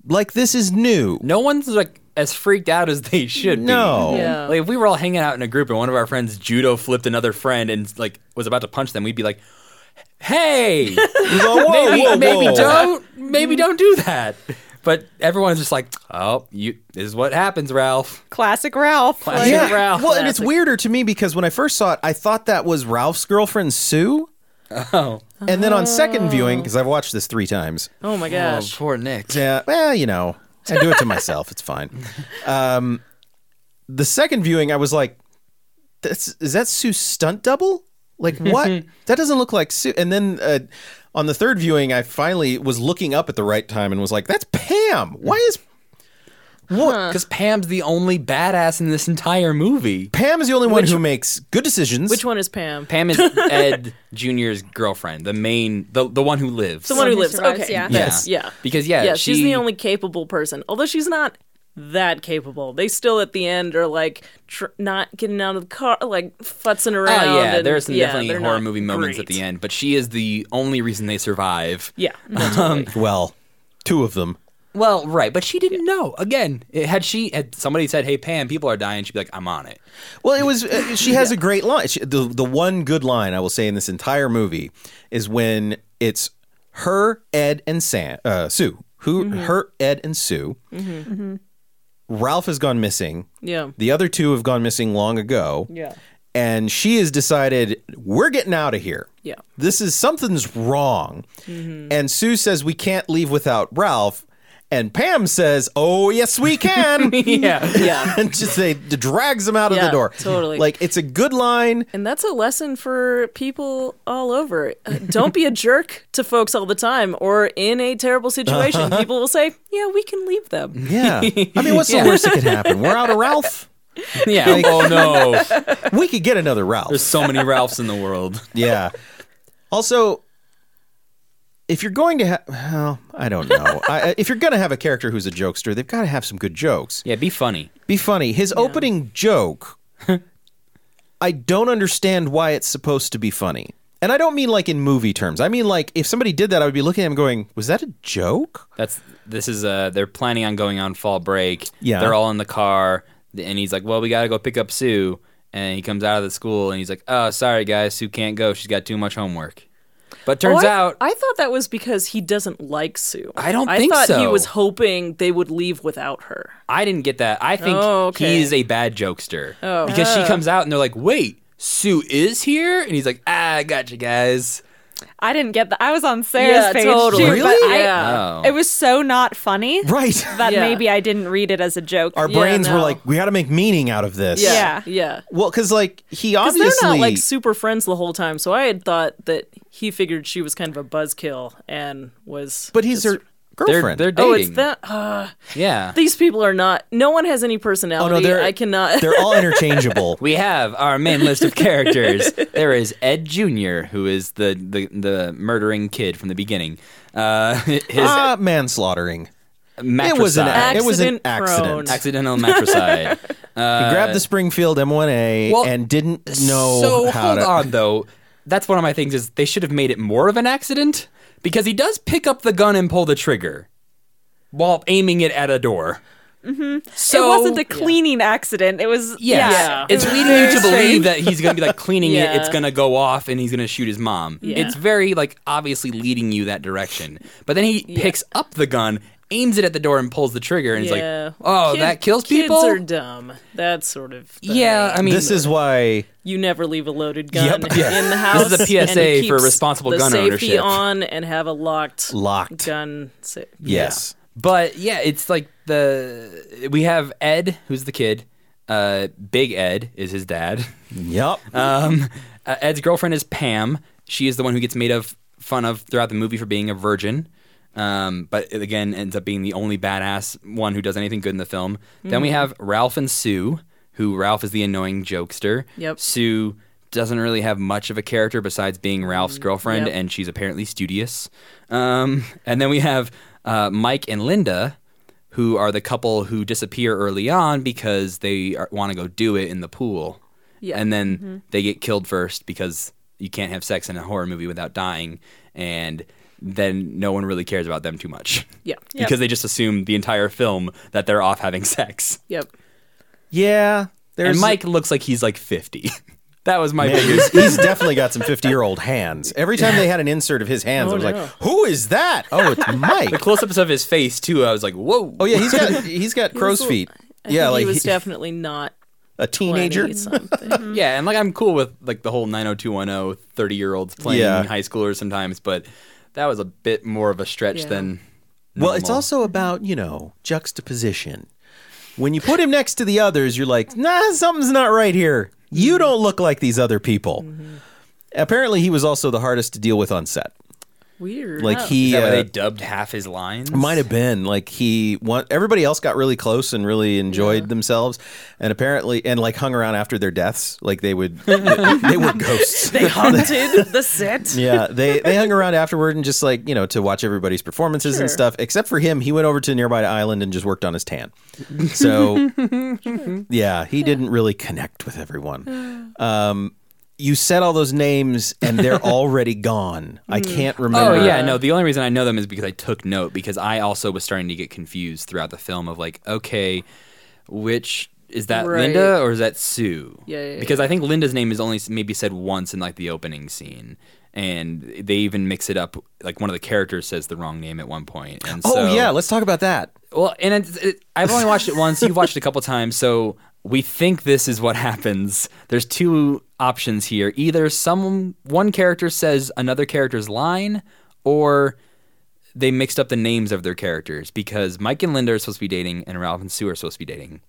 like this is new. no one's like as freaked out as they should No. be. Yeah. Like if we were all hanging out in a group and one of our friends judo flipped another friend and like was about to punch them, we'd be like, "Hey, maybe, maybe don't, Mm-hmm. maybe don't do that." But everyone's just like, "Oh, you this is what happens, Ralph." Classic Ralph. Classic Like, Ralph. Well, and it's Classic. weirder to me because when I first saw it, I thought that was Ralph's girlfriend Sue. Oh, And then on second viewing, because I've watched this three times, oh my oh gosh. poor Nick. yeah, well, you know, I do it to myself. It's fine. Um, the second viewing, I was like, That's, "Is that Sue's stunt double? Like what? that doesn't look like Sue." And then uh, on the third viewing, I finally was looking up at the right time and was like, "That's Pam. Why is What? Because Pam's the only badass in this entire movie. Pam is the only one who makes good decisions?" Which one is Pam? Pam is Ed Junior's girlfriend, the main, the the one who lives. The one who who lives. survives, okay. yeah. Yes. Yeah. Because yeah, yeah, she's the she- only capable person. Although she's not that capable. They still at the end are like tr- not getting out of the car, like futzing around. Oh yeah, and, there's some yeah, definitely they're horror not movie moments at great. the end, but she is the only reason they survive. Yeah, Well, two of them. Well, right, but she didn't know. Again, it- had she had somebody said, "Hey Pam, people are dying," she'd be like, "I'm on it." Well, it was. Uh, she has a great line. She, the the one good line I will say in this entire movie is when it's her, Ed, and Sam, uh, Sue. Who Mm-hmm. her, Ed, and Sue. Mm-hmm. Ralph has gone missing. yeah, The other two have gone missing long ago. Yeah. And she has decided we're getting out of here. Yeah. Mm-hmm. This is something's wrong. And Sue says we can't leave without Ralph. And Pam says, "Oh yes, we can." yeah, yeah. and just they d- drags him out of the Yeah, door. totally. Like it's a good line. And that's a lesson for people all over. Uh, Don't be a jerk to folks all the time, or in a terrible situation, people will say, "Yeah, we can leave them." Yeah. I mean, what's Yeah. the worst that could happen? We're out of Ralph. yeah. oh no, We could get another Ralph. there's so many Ralphs in the world. Yeah. Also, if you're going to have, well, I don't know. I, I- if you're going to have a character who's a jokester, they've got to have some good jokes. Yeah, be funny. Be funny. His opening joke, I don't understand why it's supposed to be funny. And I don't mean like in movie terms. I mean like if somebody did that, I would be looking at him going, "Was that a joke?" That's this is uh they're planning on going on fall break. Yeah. They're all in the car and he's like, Well, we gotta go pick up Sue and he comes out of the school and he's like, Oh, sorry guys, Sue can't go. She's got too much homework. But turns Oh, I, out I thought that was because he doesn't like Sue. I don't I think thought he so. was hoping they would leave without her. I didn't get that. I think Oh, okay. he's a bad jokester. Oh. Because she comes out and they're like, wait, Sue is here? And he's like, ah, I got you guys. I didn't get that. I was on Sarah's Yeah, page totally. too, but Really? I, Yeah. Oh. it was so not funny Right. that Yeah. maybe I didn't read it as a joke. our Yeah, brains were no. like, we got to make meaning out of this. Yeah, yeah. Well, because like he Because they're obviously not like super friends the whole time, so I had thought that he figured she was kind of a buzzkill and was. but he's just- her They're, girlfriend. they're dating. Oh, it's that. Uh, Yeah. these people are not. No one Oh, has any personality. they're- I cannot. They're all interchangeable. we have our main list of characters. there is Ed Jr., who is the, the, the murdering kid from the beginning. Uh, his Ah, manslaughtering. matricide. It was an ac- it was an Accident accident. prone. accidental matricide. he grabbed the Springfield M1A Well, and didn't know so how hold to. on though that's one of my things is they should have made it more of an accident because he does pick up the gun and pull the trigger while aiming it at a door. Mm-hmm. So it wasn't Oh. a cleaning accident. It was yeah, Yeah. it's It was leading you very to strange. believe that he's gonna be like cleaning Yeah. it. It's gonna go off and he's gonna shoot his mom. Yeah. It's very like obviously leading you that direction. But then he picks up the gun, aims it at the door, and pulls the trigger. And Yeah. he's like, "Oh, Kid- that kills kids people." are dumb. That sort of thing. yeah, I mean, this is why you never leave a loaded gun Yep. Yeah. in the house. This is a and PSA it for keeps responsible the gun safety ownership. on and have a locked locked. gun. Sa- Yes. But yeah, it's like the we have Ed, who's the kid. Uh, Big Ed is his dad. Yup. Um, uh, Ed's girlfriend is Pam. She is the one who gets made of fun of throughout the movie for being a virgin. Um, but it, again, ends up being the only badass one who does anything good in the film. Then we Mm-hmm. have Ralph and Sue, who Ralph is the annoying jokester. Yep. Sue doesn't really have much of a character besides being Ralph's girlfriend, Mm, yep. and she's apparently studious. Um, and then we have uh, Mike and Linda, who are the couple who disappear early on because they want to go do it in the pool. Yeah. Mm-hmm. And then they get killed first because you can't have sex in a horror movie without dying. And then no one really cares about them too much. Yeah. Yep. Because they just assume the entire film that they're off having sex. Yep. Yeah. There's and Mike looks like he's like 50. that was my Man, biggest. he's, he's definitely got some 50 year old hands. Every time they had an insert of his hands, Oh, I was no. like, who is that? Oh, it's Mike. The close ups of his face, too, I was like, whoa. Oh, yeah. He's got, he's got crow's a- feet. I yeah. think Like he was he- definitely not a teenager. 20 something. Yeah, and like I'm cool with like the whole 90210 30 year olds playing Yeah. high schoolers sometimes, but that was a bit more of a stretch Yeah. than. Well, it's normal. also about, you know, juxtaposition. When you put him next to the others, you're like, nah, something's not right here. You don't look like these other people. Apparently, he was also the hardest to deal with on set. Weird. Like, he. Is that why uh, they dubbed half his lines? Might have been like he want everybody else got really close and really enjoyed themselves, and apparently and like hung around after their deaths. Like they would, they, were ghosts. they haunted the set. yeah, they they hung around afterward and just like you know to watch everybody's performances and Sure. stuff. Except for him, he went over to a nearby island and just worked on his tan. So yeah, he didn't really connect with everyone. Um, you said all those names and they're already gone. I can't Oh remember. yeah, no. The only reason I know them is because I took note because I also was starting to get confused throughout the film of like, okay, which is that Right. Linda or is that Sue? Yeah, yeah, yeah. Because I think Linda's name is only s- maybe said once in like the opening scene, and they even mix it up. Like one of the characters says the wrong name at one point. And Oh so, yeah, let's talk about that. Well, and it's, it, I've only watched it once. You've watched it a couple times, so we think this is what happens. There's two options here: either some one character says another character's line, or they mixed up the names of their characters because Mike and Linda are supposed to be dating, and Ralph and Sue are supposed to be dating.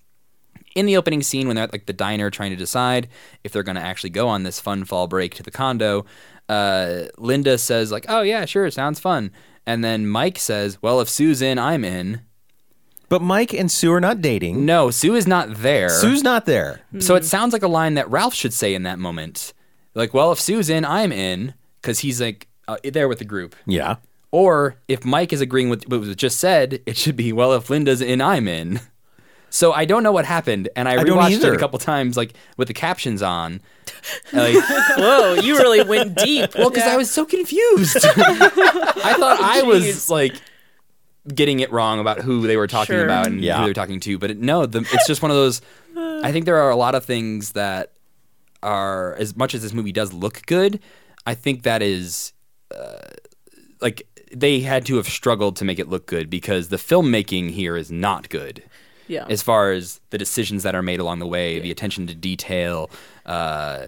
In the opening scene, when they're at like the diner trying to decide if they're going to actually go on this fun fall break to the condo, uh, Linda says like, "Oh yeah, sure, sounds fun," and then Mike says, "Well, if Sue's in, I'm in." But Mike and Sue are not dating. No, Sue is not there. Sue's not there. so it sounds like a line that Ralph should say in that moment. Like, well, if Sue's in, I'm in, because he's like uh, there with the group. Yeah. Or if Mike is agreeing with what was just said, it should be, well, if Linda's in, I'm in. So I don't know what happened, and I, I don't rewatched it either. a couple times, like with the captions on. Like, Whoa, you really went deep. well, because I was so confused. Oh, I thought I was like getting it wrong about who they were talking Sure. about and Yeah. who they were talking to, but it, no, the, it's just one of those. I think there are a lot of things that are as much as this movie does look good. I think that is uh, like they had to have struggled to make it look good because the filmmaking here is not good yeah. as far as the decisions that are made along the way, the attention to detail, uh,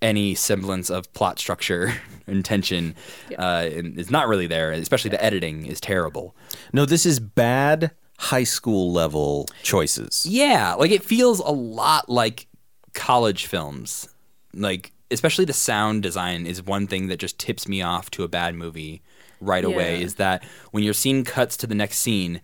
any semblance of plot structure and tension uh, and is not really there. Especially the editing is terrible. No, this is bad high school level choices. Yeah, like it feels a lot like college films. Like especially the sound design is one thing that just tips me off to a bad movie right away Yeah. is that when your scene cuts to the next scene,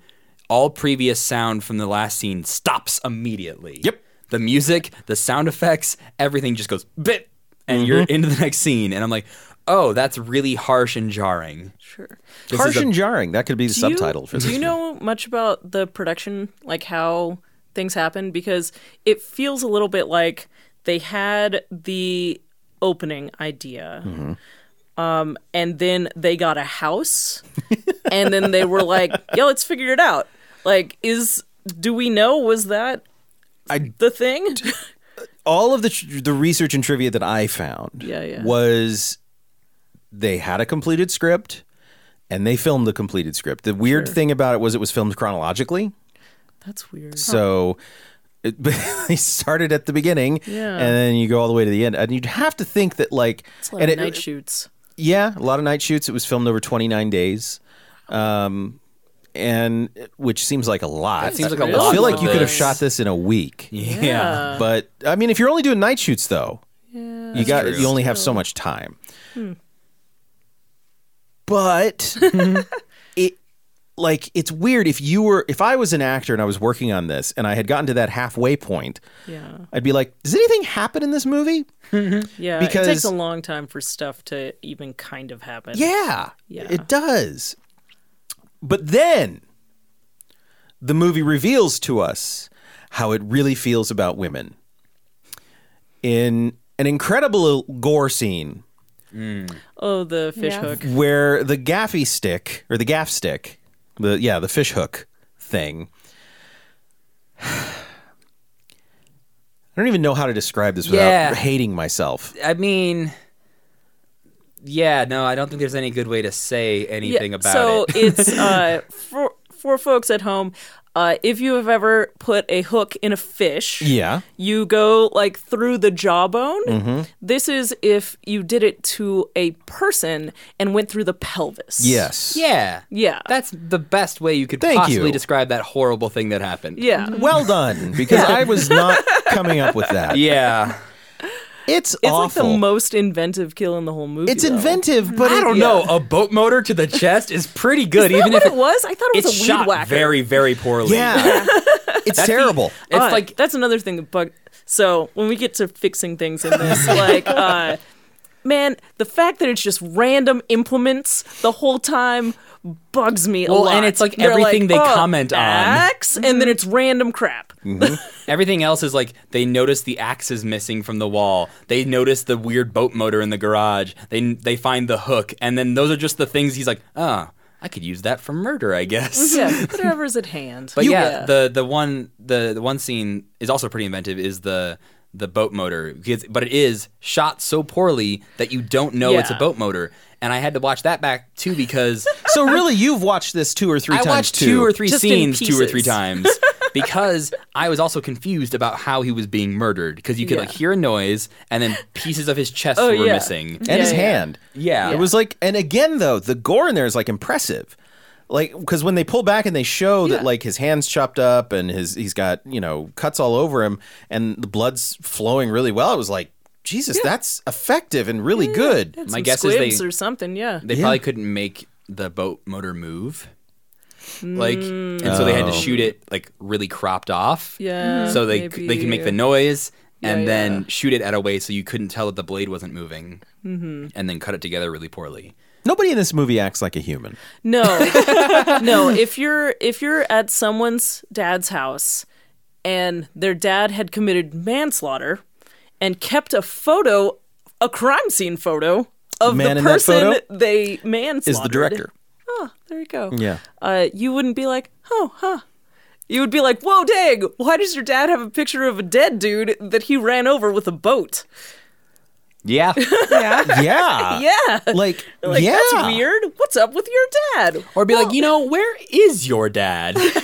all previous sound from the last scene stops immediately. Yep. The music, the sound effects, everything just goes bit and you're into the next scene and I'm like, "Oh, that's really harsh and jarring." sure. Harsh and jarring. That could be the Do you- subtitle for Do this. you know much about the production, like how things happen? Because it feels a little bit like they had the opening idea. Mm-hmm. Um, and then they got a house, and then they were like, "Yo, let's figure it out." Like, is do we know was that I- the thing? all of the tr- the research and trivia that I found Yeah, yeah. was they had a completed script and they filmed the completed script. The weird thing about it was it was filmed chronologically. That's weird. So it, they started at the beginning Yeah. and then you go all the way to the end. And you'd have to think that like It's like and it- night shoots. yeah, a lot of night shoots. It was filmed over 29 days. Um and which seems like a lot. That seems like I- a I lot feel like of you could have days. shot this in a week. Yeah. But I mean, if you're only doing night shoots, though, you got true. you only have so much time. But it like it's weird if you were if I was an actor and I was working on this and I had gotten to that halfway point, Yeah. I'd be like, does anything happen in this movie? Yeah, it Because- takes a long time for stuff to even kind of happen. Yeah, Yeah. it does. But then the movie reveals to us how it really feels about women. In an incredible gore scene Oh, the fish Yeah. hook. where the gaffy stick or the gaff stick, the yeah, the fish hook thing. I don't even know how to describe this without Yeah. hating myself. I mean, yeah, no, I don't think there's any good way to say anything Yeah, about so it. it's uh, for for folks at home. Uh, if you have ever put a hook in a fish, Yeah. you go like through the jawbone. Mm-hmm. This is if you did it to a person and went through the pelvis. Yes. Yeah. Yeah. That's the best way you could Thank possibly you. describe that horrible thing that happened. yeah. Well done, because I was not coming up with that. Yeah. It's, It's awful. like the most inventive kill in the whole movie. It's though. inventive, but I it- don't know. Oh, A boat motor to the chest is pretty good, Is that even what if it was? I thought it was it's a weed shot whacker. very, very poorly. Yeah, it's terrible. It's Uh, like that's another thing that bug. So when we get to fixing things in this, like, uh, man, the fact that it's just random implements the whole time bugs me a Well, lot. and it's like They're everything they "Oh, comment on." Mm-hmm. axe," and then it's random crap. everything else is like they notice the axe is missing from the wall. They notice the weird boat motor in the garage. They they find the hook, and then those are just the things he's like, ah, I could use that for murder, I guess. yeah, whatever's at hand. But yeah, the the one the, the one scene is also pretty inventive. Is the the boat motor because but it is shot so poorly that you don't know it's a Yeah. boat motor. And I had to watch that back too because So really, you've watched this two or three I times watched too. two or three Just in scenes two or pieces. three times because I was also confused about how he was being murdered because you could Yeah. like hear a noise and then pieces of his chest Oh, were yeah. missing. and his Yeah, yeah. hand. Yeah. it was like, and again though, the gore in there is like impressive. Like, because when they pull back and they show that Yeah. like his hands chopped up and his he's got you know cuts all over him and the blood's flowing really well, it was like Jesus, that's effective and really good. Had my some guess is they- squibs or something. Yeah, They probably couldn't make the boat motor move. Like and so they had to shoot it like really cropped off. Yeah, So they they could make maybe. the noise and Yeah, then yeah. shoot it at a way so you couldn't tell that the blade wasn't moving. Mm-hmm. And then cut it together really poorly. Nobody in this movie acts like a human. No, no. If you're if you're at someone's dad's house and their dad had committed manslaughter and kept a photo, a crime scene photo of Man the in that person photo they manslaughtered, Is the director? Oh, there you go. Yeah. Uh, you wouldn't be like, oh, huh. You would be like, whoa, dang! Why does your dad have a picture of a dead dude that he ran over with a boat? Yeah. Yeah. Yeah, yeah. Like, Like Uh, yeah, that's weird. What's up with your dad? Or be like, you know, where is your dad? like,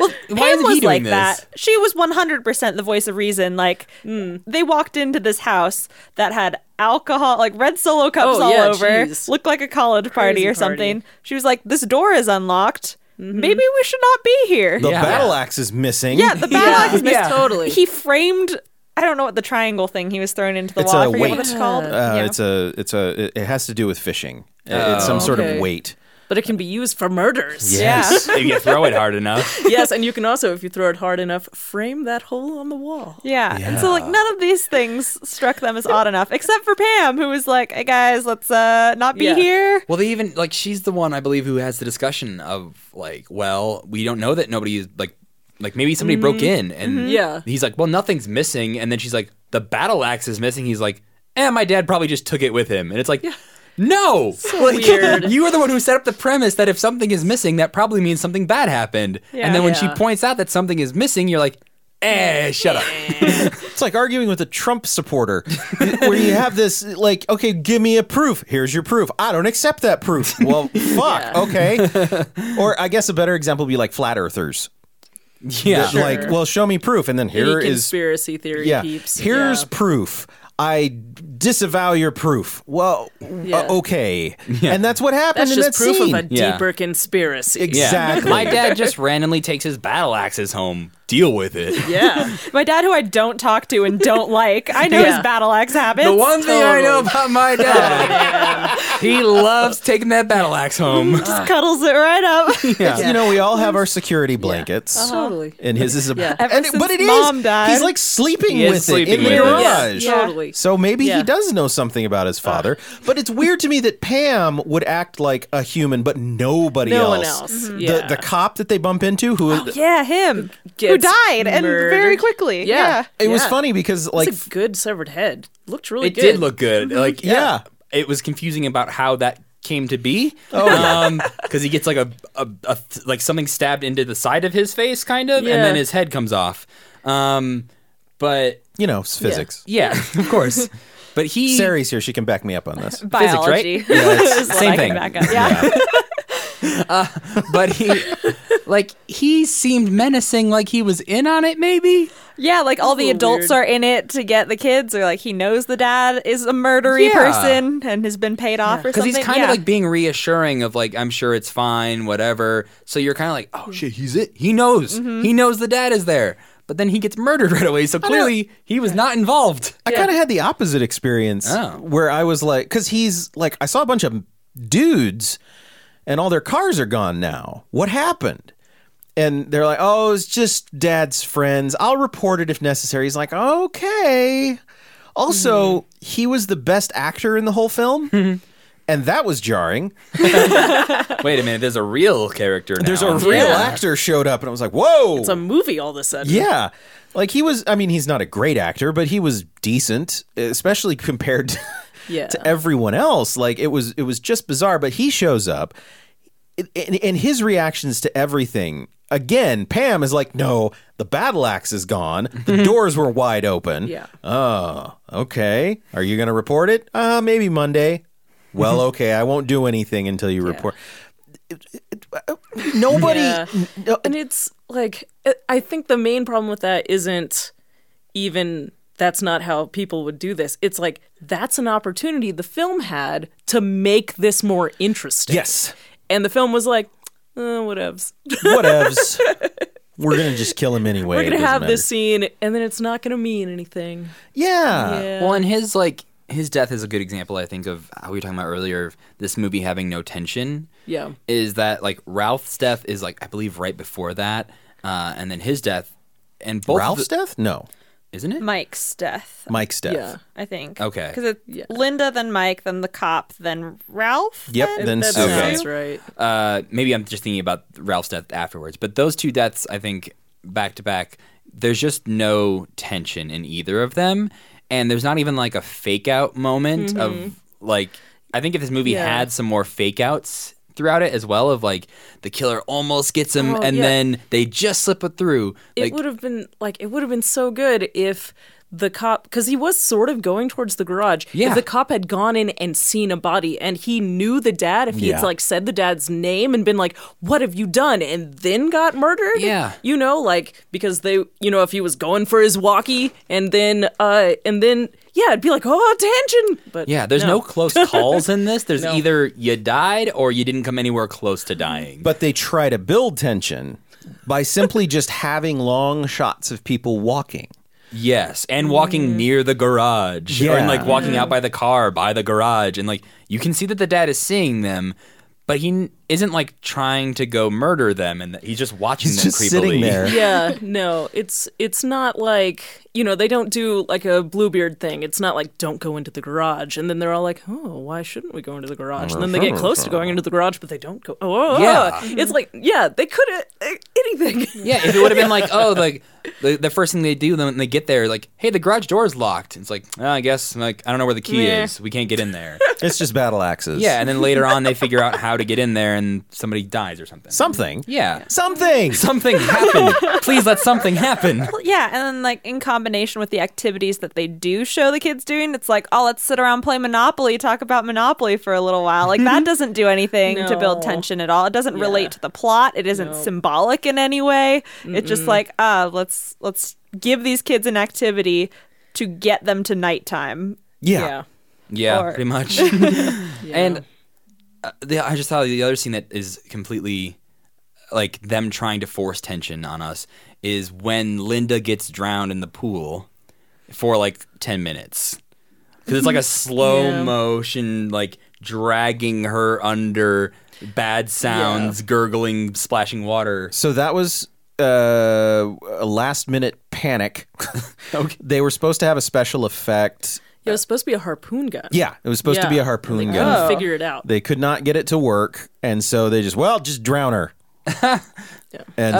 why Pam isn't was he doing like this? that. She was 100% the voice of reason. Like, they walked into this house that had alcohol, like red solo cups Oh, all yeah, over, jeez. looked like a college party Crazy or party. Mm-hmm. something. She was like, This door is unlocked. Maybe we should not be here. the Yeah. battle axe is missing. yeah, the battle axe. yeah. totally. He framed, I don't know what the triangle thing he was thrown into the It's wall. I a forget weight. what it's called. Uh, Yeah. It's a, it's a, it- it has to do with fishing. Uh, it's some sort Okay. of weight. But it can be used for murders. Yes. if you throw it hard enough. yes, and you can also, if you throw it hard enough, frame that hole on the wall. Yeah. And so like none of these things struck them as odd enough, except for Pam, who was like, Hey guys, let's uh not be Yeah. here. Well, they even like she's the one I believe who has the discussion of like, well, we don't know that nobody is like, like maybe somebody broke in and Yeah. he's like, well, nothing's missing, and then she's like, the battle axe is missing. He's like, and my dad probably just took it with him. And it's like, no, like, weird. you are the one who set up the premise that if something is missing, that probably means something bad happened. Yeah. and then when she Yeah. points out that something is missing, you're like, eh, shut up. It's like arguing with a Trump supporter, where you have this like, okay, give me a proof. Here's your proof. I don't accept that proof. Well, fuck. Okay. Or I guess a better example would be like flat earthers. yeah, That, Like, well, show me proof, and then here Any is conspiracy theory yeah. peeps. Here's yeah. proof. I disavow your proof. Well, Yeah. uh, okay. And that's what happened that's in just that proof scene. of a Yeah. deeper conspiracy. Exactly. Yeah. My dad just randomly takes his battle axes home. Deal with it. Yeah. My dad, who I don't talk to and don't like, I know Yeah. his battle axe habits. The one thing I know Totally. about my dad, Oh, he loves taking that battle axe home. just cuddles it right up. It's- You know, we all have our security blankets. Uh-huh. Totally. And his is a Uh-huh. Yeah. and Ever it- but it since is mom died. he's like sleeping He is with it sleeping in the with it. garage. Yeah. Totally. So maybe Yeah. he does know something about his father, but it's weird to me that Pam would act like a human, but nobody No else. one else. Yeah. Oh, The the cop that they bump into, who yeah, him who Gets died and very murdered. quickly. Yeah. Yeah, it was Yeah. funny because like it's a good severed head. Looked really It good. Oh, did look good. Like Yeah. yeah. it was confusing about how that came to be. Oh, yeah. because he gets like a, a, a th- like something stabbed into the side of his face, kind of, and then Yeah. his head comes off. Um, but you know it's physics. yeah, of course. But he Sari's here; she can back me up on this. biology. Physics, right? Yeah, it's- Is what same I can thing. back up. Yeah. but he like he seemed menacing, like he was in on it, maybe. Yeah, like all the little adults weird. are in it to get the kids, or like he knows the dad is a murdery Yeah. person and has been paid off or because something. he's kind yeah. of like being reassuring of like i'm sure it's fine whatever so you're kind of like oh shit he's it he knows he knows the dad is there but then he gets murdered right away so clearly he was not involved I kind of had the opposite experience Oh. where I was like, because he's like, I saw a bunch of dudes and all their cars are gone now. What happened? And they're like, oh, it's just dad's friends. I'll report it if necessary. He's like, okay. Also, he was the best actor in the whole film. And that was jarring. wait a minute there's a real character now. There's a real Yeah. actor showed up, and I was like, whoa. It's a movie all of a sudden. Yeah. Like he was I mean he's not a great actor, but he was decent, especially compared to, Yeah. to everyone else. Like it was it was just bizarre, but he shows up it- and, and his reactions to everything. Again, Pam is like, "No, the battle axe is gone. The doors were wide open." Yeah. Oh, okay. Are you going to report it? Uh, maybe Monday. Well, okay. I won't do anything until you report. uh, Nobody Yeah. no- And it's like, I- I think the main problem with that isn't even that's not how people would do this. It's like, that's an opportunity the film had to make this more interesting. Yes. And the film was like, uh, whatevs. whatevs. We're gonna just kill him anyway. We're It going to doesn't have this matter. scene, and then it's not going to mean anything. Yeah. Yeah. well and his like his death is a good example i think of how we were talking about earlier of this movie having no tension Yeah. is that like ralph's death is like i believe right before that uh and then his death and both of Ralph's the- death? No, isn't it Mike's death, Mike's death. Yeah. I think. Okay. because it's Yeah. Linda, then Mike, then the cop, then Ralph. Yep, then That Sue. Okay. sounds right. uh, maybe I'm just thinking about Ralph's death afterwards, but those two deaths, I think, back to back, there's just no tension in either of them, and there's not even like a fake out moment of like. I think if this movie Mm-hmm. Yeah. had some more fake outs throughout it as well, of like the killer almost gets him Oh, and yeah. then they just slip it through. it like, would have been like it would have been so good if the cop because he was sort of going towards the garage Yeah. if the cop had gone in and seen a body and he knew the dad if he Yeah. had like said the dad's name and been like what have you done and then got murdered Yeah. you know like because they you know if he was going for his walkie and then uh and then yeah it'd be like oh attention but yeah, there's no, close calls in this. There's No. either you died or you didn't come anywhere close to dying. But they try to build tension by simply just having long shots of people walking. Yes, and walking near the garage, or Mm-hmm. Yeah. and like walking out by the car by the garage, and like you can see that the dad is seeing them, but he isn't like trying to go murder them, and he's just watching He's them just creepily. sitting there. yeah, no, it's it's not like you know they don't do like a Bluebeard thing. It's not like don't go into the garage, and then they're all like, oh, why shouldn't we go into the garage? And then they get close to going into the garage, but they don't go. Oh, oh, Yeah. oh." it's like yeah, they could have anything. Yeah, if it would have been like, oh, like the, the first thing they do when they get there, like, hey, the garage door is locked. It's like, oh, I guess, like, I don't know where the key Meh. is. We can't get in there. It's just battle axes. yeah, and then later on they figure out how to get in there, and somebody dies or something. Something. yeah, Something. something happened. Please let something happen. Well, yeah, and then like in combination with the activities that they do show the kids doing, it's like, oh, let's sit around play Monopoly, talk about Monopoly for a little while. Like that doesn't do anything to build No. tension at all. It doesn't Yeah. relate to the plot. It isn't Nope. symbolic in any way. It's just like, ah, let's let's give these kids an activity to get them to nighttime. Yeah. yeah. Yeah, Or- pretty much. And uh, the, I just saw the other scene that is completely like them trying to force tension on us is when Linda gets drowned in the pool for like 10 minutes. Cuz it's like a slow Yeah. motion like dragging her under bad sounds, gurgling, splashing water. So that was uh, a last minute panic. Okay. They were supposed to have a special effect. It was supposed to be a harpoon gun. Yeah, it was supposed to Yeah. oh. be a harpoon They gun. couldn't figure it out. They could not get it to work, and so they just well, just drown her. And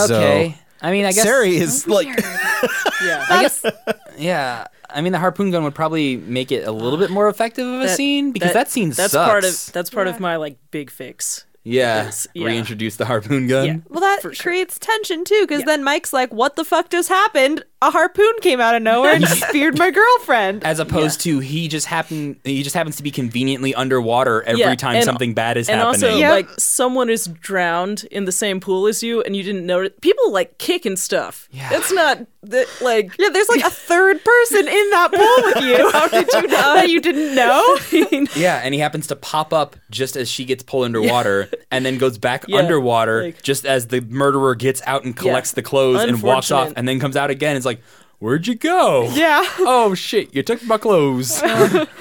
I mean, I so Sari is like yeah. I guess, yeah. I mean, the harpoon gun would probably make it a little bit more effective of a That- scene because that, scene that's sucks. part of that's part of my like big fix. yeah. is, yeah. Reintroduce the harpoon gun. Yeah. Well, that For sure. creates tension too, because then Mike's like, "What the fuck just happened? A harpoon came out of nowhere and speared my girlfriend." As opposed to he just happen he just happens to be conveniently underwater every Yeah, time and- something bad is and happening. also Yeah. like someone is drowned in the same pool as you and you didn't notice people like kick and stuff yeah. that's not that like Yeah, there's like a third person in that pool with you. How did you know that you didn't know? Yeah, and he happens to pop up just as she gets pulled underwater and then goes back Yeah, underwater like- just as the murderer gets out and collects the clothes and walks off Unfortunate. and then comes out again. It's like, where'd you go? Yeah. Oh shit, you took my clothes.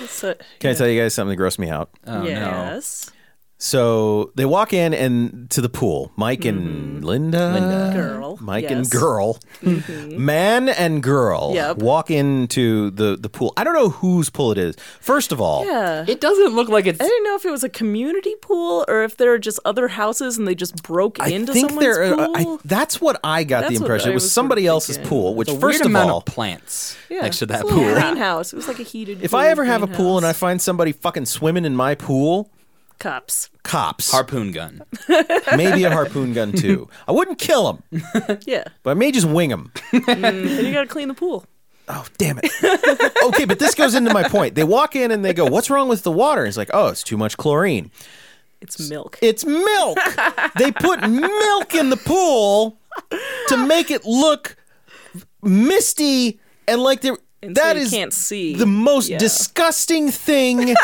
so, Can I tell you guys something that grossed me out? Uh. Oh, yes So they walk in and to the pool. Mike Mm-hmm. and Linda, Linda, Girl, Mike yes. Mm-hmm. and girl, man and girl Yep. walk into the the pool. I don't know whose pool it is. First of all, yeah It doesn't look like it's. I didn't know if it was a community pool or if there are just other houses and they just broke I into think someone's there. uh, pool. I, that's what I got That's the what impression. I It was was sort of somebody else's thinking. pool. Which, It's a first weird of amount all, of plants yeah, next to it's that a little pool. Greenhouse. It was like a heated. if I ever have a pool and I find somebody fucking swimming in my pool, cops, cops, Harpoon gun. maybe a harpoon gun too. I wouldn't kill them, yeah, but I may just wing them. then you got to clean the pool. Oh, damn it. okay, but this goes into my point. They walk in and they go, What's wrong with the water? It's like, Oh, it's too much chlorine. It's milk. It's milk. they put milk in the pool to make it look misty and like they're. And so that you is can't see. the most Yeah. disgusting thing.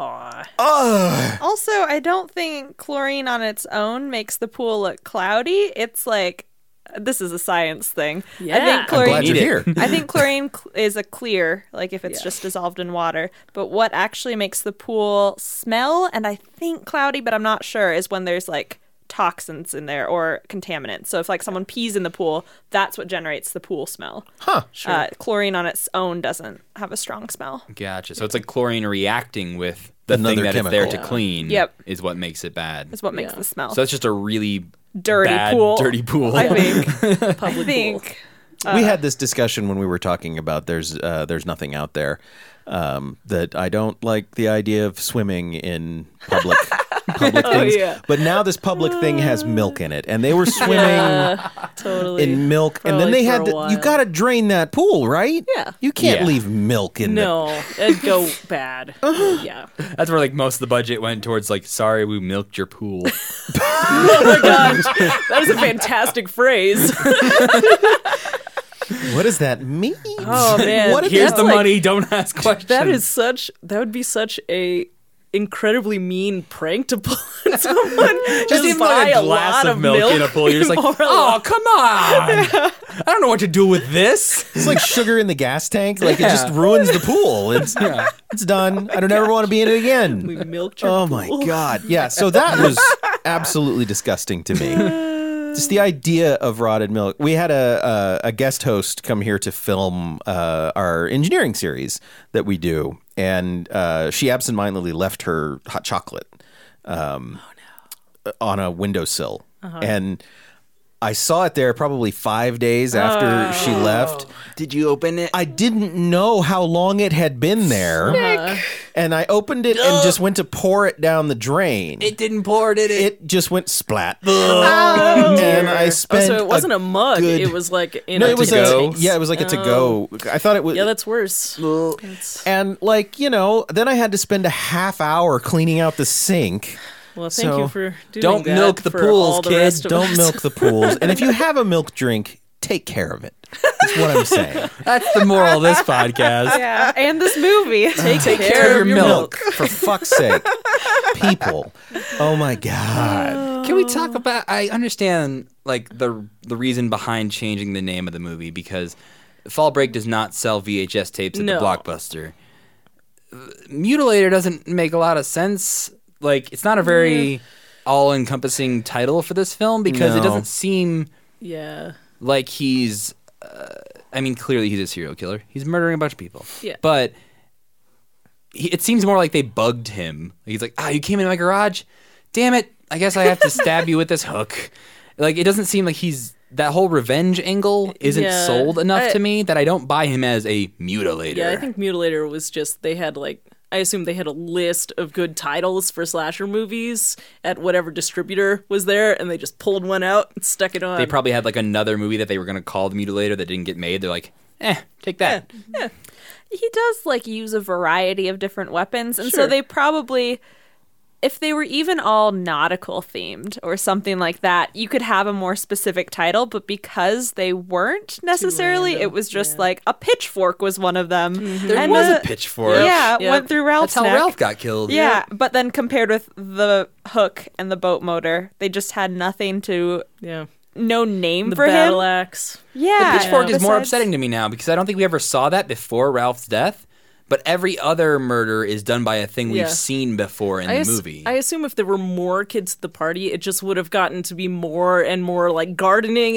Aw. Also, I don't think chlorine on its own makes the pool look cloudy. It's like this is a science thing. I Yeah. I'm think chlorine Glad Need you're it. here. I think chlorine cl- is a clear, like if it's just dissolved in water. But what actually makes the pool smell and I think cloudy, but I'm not sure, is when there's like toxins in there or contaminants. So if like someone pees in the pool, that's what generates the pool smell. Huh. Uh, chlorine on its own doesn't have a strong smell. Gotcha. So it's like chlorine reacting with the Another thing that it's there to chemical. clean. Yep. Is what makes it bad. Is what makes the smell. So it's just a really Oh. dirty bad, pool. dirty pool. I think. I Public pool. think. Uh, we had this discussion when we were talking about there's uh, there's nothing out there um, that I don't like the idea of swimming in public public things. Oh, yeah. But now this public thing has milk in it, and they were swimming totally. in milk, and then Probably they for had a to, you while. got to drain that pool, right? Yeah. you can't Yeah. leave milk in the no, it'd go bad. Uh-huh. yeah. That's where like most of the budget went towards. Like, sorry, we milked your pool. That is a fantastic phrase. What does that mean? Oh man. What if Here's That's the like- money. Don't ask questions. That is such. That would be such a incredibly mean prank to pull on someone. just even buy like a a glass lot of milk, in a pool. You're just like, or a oh lot- come on. I don't don't know what to do with this. It's like sugar in the gas tank. Like it just Yeah. ruins the pool. It's it's done. I don't ever want to be in it again. We milked your oh my pool. god. Yeah. So that was absolutely disgusting to me. Just the idea of rotted milk. We had a a, a guest host come here to film uh, our engineering series that we do, and uh, she absentmindedly left her hot chocolate um, Oh, on a windowsill. Uh-huh. And I saw it there probably five days after Oh. she left. Did you open it? I didn't know how long it had been there. Uh-huh. And I opened it and just went to pour it down the drain. It, it didn't pour, did it? just went splat. and I Oh, spent. so it wasn't a, mug. good- It was like in no, a it was to-go. a, yeah, it was like a to go. I thought it was Oh. Yeah, that's worse. That's- and like you know, then I had to spend a half hour cleaning out the sink. well, thank So, you for doing don't that milk the for pools, all the kid. rest of Don't us. milk the pools. And if you have a milk drink, take care of it. That's what I'm saying. That's the moral of this podcast. yeah, and this movie. Take, care, of your milk. milk. For fuck's sake, people. Oh my god. Can we talk about? I understand like the the reason behind changing the name of the movie because Fall Break does not sell VHS tapes at No. the Blockbuster. Mutilator doesn't make a lot of sense. Like it's not a very all-encompassing title for this film because No. it doesn't seem Yeah. like he's. Uh, I mean, clearly he's a serial killer. He's murdering a bunch of people. Yeah. But he, it seems more like they bugged him. He's like, ah, you came into my garage. Damn it! I guess I have to stab you with this hook. Like it doesn't seem like he's that whole revenge angle isn't Yeah. sold enough I- to me that I don't buy him as a mutilator. Yeah, I think Mutilator was just they had like I assume they had a list of good titles for slasher movies at whatever distributor was there, and they just pulled one out and stuck it on. they probably had like another movie that they were gonna call the mutilator that didn't get made. They're like, eh, take that. he does like use a variety of different weapons and so Sure. they probably if they were even all nautical themed or something like that you could have a more specific title but because they weren't necessarily it was just like a pitchfork was one of them There and was uh, the- a pitchfork. yeah Mm-hmm. Yep. went through That's ralph's how neck. Ralph got killed. yeah but then compared with the hook and the boat motor they just had nothing to yeah, no name the for battle him axe. yeah The pitchfork is more Besides- upsetting to me now because I don't think we ever saw that before Ralph's death. But every other murder is done by a thing we've Yeah. seen before in I, the ass- movie. I assume if there were more kids at the party, it just would have gotten to be more and more like gardening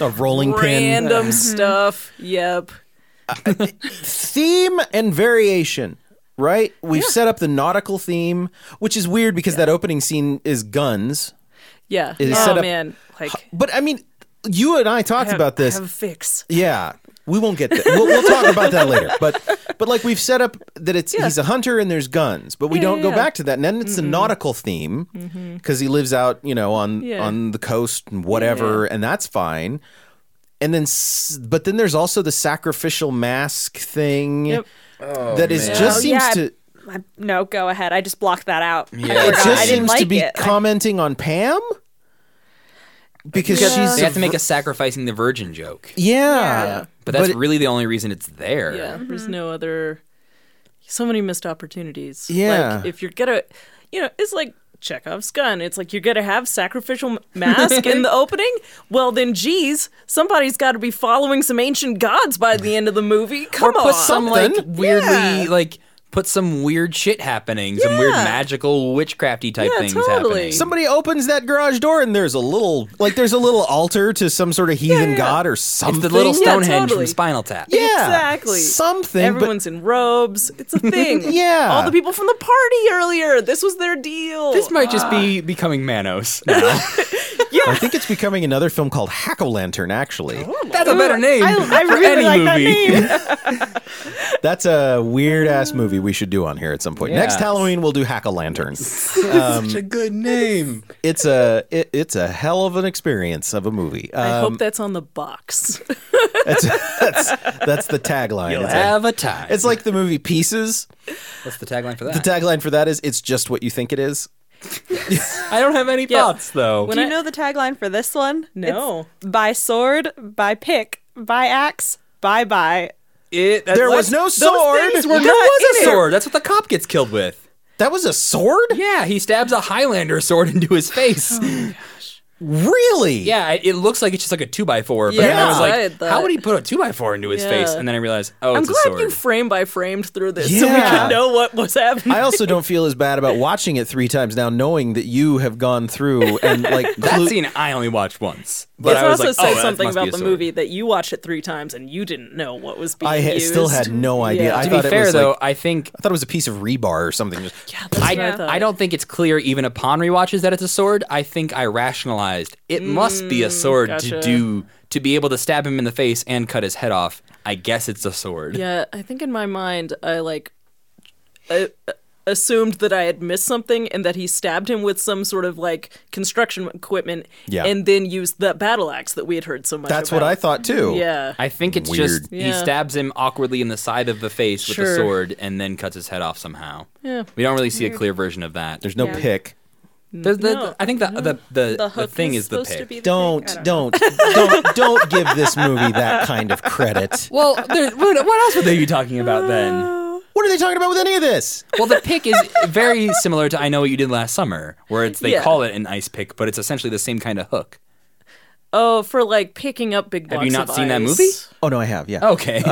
A rolling pin. random stuff. Yep. Theme and variation. Right? We've set up the nautical theme, which is weird because that opening scene is guns. Yeah. It is oh set up- man, like But I mean, you and I talked about this. have a fix. Yeah, we won't get that. We'll, we'll talk about that later. But but like we've set up that it's he's a hunter and there's guns, but we don't yeah, go yeah. back to that. And then it's Mm-hmm. the nautical theme because he lives out you know on Yeah. on the coast and whatever, and that's fine. And then, s- but then there's also the sacrificial mask thing that is just Oh, seems yeah, to I- no go ahead i just blocked that out I, it forgot. I just didn't seems like to be it. commenting on Pam because she's they a have to vir- make a sacrificing the virgin joke. yeah. But that's But it- really the only reason it's there. Yeah, there's no other. So many missed opportunities. Yeah. like if you're gonna, you know, it's like Chekhov's gun. It's like you're gonna have sacrificial mask in the opening. Well, then, geez, somebody's got to be following some ancient gods by the end of the movie. Come Or put on, some like something. weirdly like put some weird shit happening, some weird magical witchcrafty type Yeah, things totally. happening. Somebody opens that garage door and there's a little like there's a little altar to some sort of heathen god or it's something. the little Yeah, Stonehenge totally. from Spinal Tap. yeah, Exactly. something. everyone's in robes. It's a thing. Yeah. all the people from the party earlier. This was their deal. This might just be becoming Manos. Now. but I think it's becoming another film called Hack o' Lantern. Actually, That's a better name I for really any like that movie. name. that's a weird ass movie we should do on here at some point. Yeah. Next Halloween we'll do Hack o' Lantern. Such a good name. it's a it, it's a hell of an experience of a movie. I Um, hope that's on the box. that's, that's that's the tagline. It's, a- Have a time. it's like the movie Pieces. What's the tagline for that? The tagline for that is "It's just what you think it is." I don't have any Yeah. thoughts though. When Do I- you know the tagline for this one? No. It's by sword, by pick, by axe, bye bye. It- that- There what? was no Those sword. things were There not was a in it. That's what the cop gets killed with. That was a sword. Yeah, he stabs a Highlander sword into his face. Really? Yeah, it, it looks like it's just like a two by four. But Yeah, then I was like, I had that. how would he put a two by four into his Yeah. face? And then I realized, oh, I'm it's a glad sword. you frame by framed through this so we Yeah. can know what was happening. I also don't feel as bad about watching it three times now, knowing that you have gone through and like that clue- scene I only watched once, but this I was also like, oh, says that something must be about a the sword. movie that you watched it three times and you didn't know what was being I ha- used. still had no idea. Yeah. I To To thought be it fair, was though, like, I think I thought it was a piece of rebar or something. Just, Yeah, that's I, what I, thought. I don't think it's clear even upon rewatches that it's a sword. I think I rationalized it must be a sword Mm, to gotcha. do to be able to stab him in the face and cut his head off. I guess it's a sword. Yeah, I think in my mind, I like I, uh, assumed that I had missed something and that he stabbed him with some sort of like construction equipment Yeah. and then used the battle axe that we had heard so much that's what I about. thought too. Yeah. I think it's Weird. just he Yeah. stabs him awkwardly in the side of the face with Sure. the sword and then cuts his head off somehow. Yeah. We don't really see a clear version of that. There's no Yeah. pick. There's the, No, I think the, the, the, The the, hook thing is, the supposed to pick. be the Don't, pick. I know. don't, don't, don't give this movie that kind of credit. well, there, what, what else would they be talking Ah. about then? What are they talking about with any of this? Well, the pick is very similar to I Know What You Did Last Summer, where it's they Yeah. call it an ice pick, but it's essentially the same kind of hook. Oh, for like picking up big blocks Have you not of seen that ice. movie? Oh, Oh no, I have. Yeah. Okay.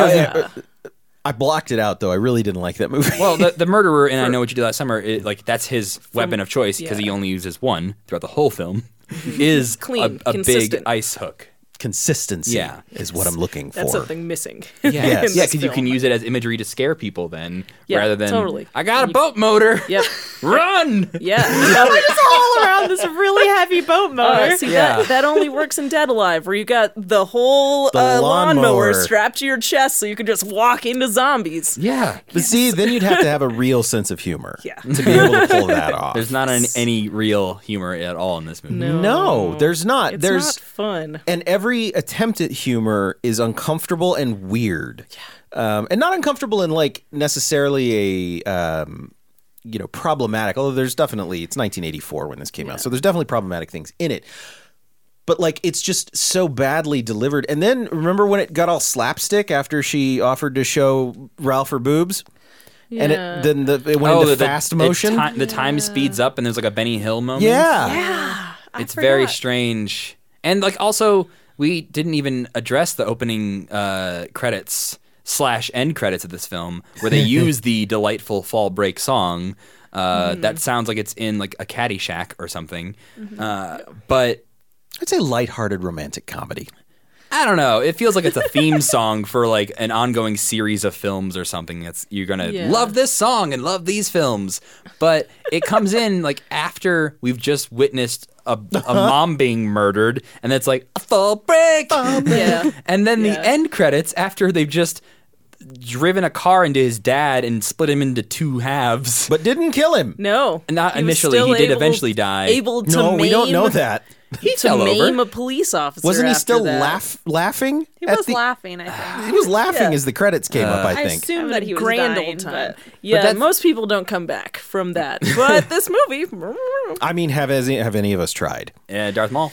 I blocked it out though. I really didn't like that movie. well, the, the murderer in I Know What You Did Last Summer, it, like that's his weapon of choice because yeah. he only uses one throughout the whole film. Is Clean, a, a big consistent. ice hook. consistency Yeah. is what I'm looking for. That's something missing. Yes. in yeah, this because you film. can use it as imagery to scare people then, Yeah, rather than totally. I got a boat motor. Yep. Run. Yeah. It's all around this really heavy boat motor. Uh, see Yeah. that that only works in Dead Alive, where you got the whole The uh, lawnmower. lawnmower strapped to your chest, so you can just walk into zombies. Yeah. But see, then you'd have to have a real sense of humor Yeah. to be able to pull that off. There's not an, any real humor at all in this movie. no, there's not. It's there's not fun. and every attempt at humor is uncomfortable and weird. Um, and not uncomfortable in like necessarily a um, you know problematic. Although there's definitely it's 1984 when this came out, so there's definitely problematic things in it. But like it's just so badly delivered. And then remember when it got all slapstick after she offered to show Ralph her boobs, and Yeah. it, then Oh, the, it went into fast motion. Oh, The, ti- the time speeds up and there's like a Benny Hill moment. yeah. Yeah, Ah, I it's very forgot. strange. And like also, we didn't even address the opening uh, credits slash end credits of this film, where they use the delightful fall break song. Uh, Mm-hmm. That sounds like it's in like a caddy shack or something, uh, but I'd say lighthearted romantic comedy. I don't know. It feels like it's a theme song for like an ongoing series of films or something. That's you're gonna Yeah. love this song and love these films, but it comes in like after we've just witnessed a, a mom being murdered, and it's like a full break. Yeah. And then Yeah. the end credits after they've just driven a car into his dad and split him into two halves. But didn't kill him. No. Not was initially, still he did able- eventually die. Able to no, maim, we don't know that. he To fell over. maim a police officer. Wasn't he after still that. laugh, laughing? He at was the- laughing, I think. He was laughing Yeah. as the credits came up. I I think. assume Having that a he was grand dying, old time. but- Yeah, that's- most people don't come back from that. But this movie, I mean, have as have any of us tried? Yeah, Darth Maul.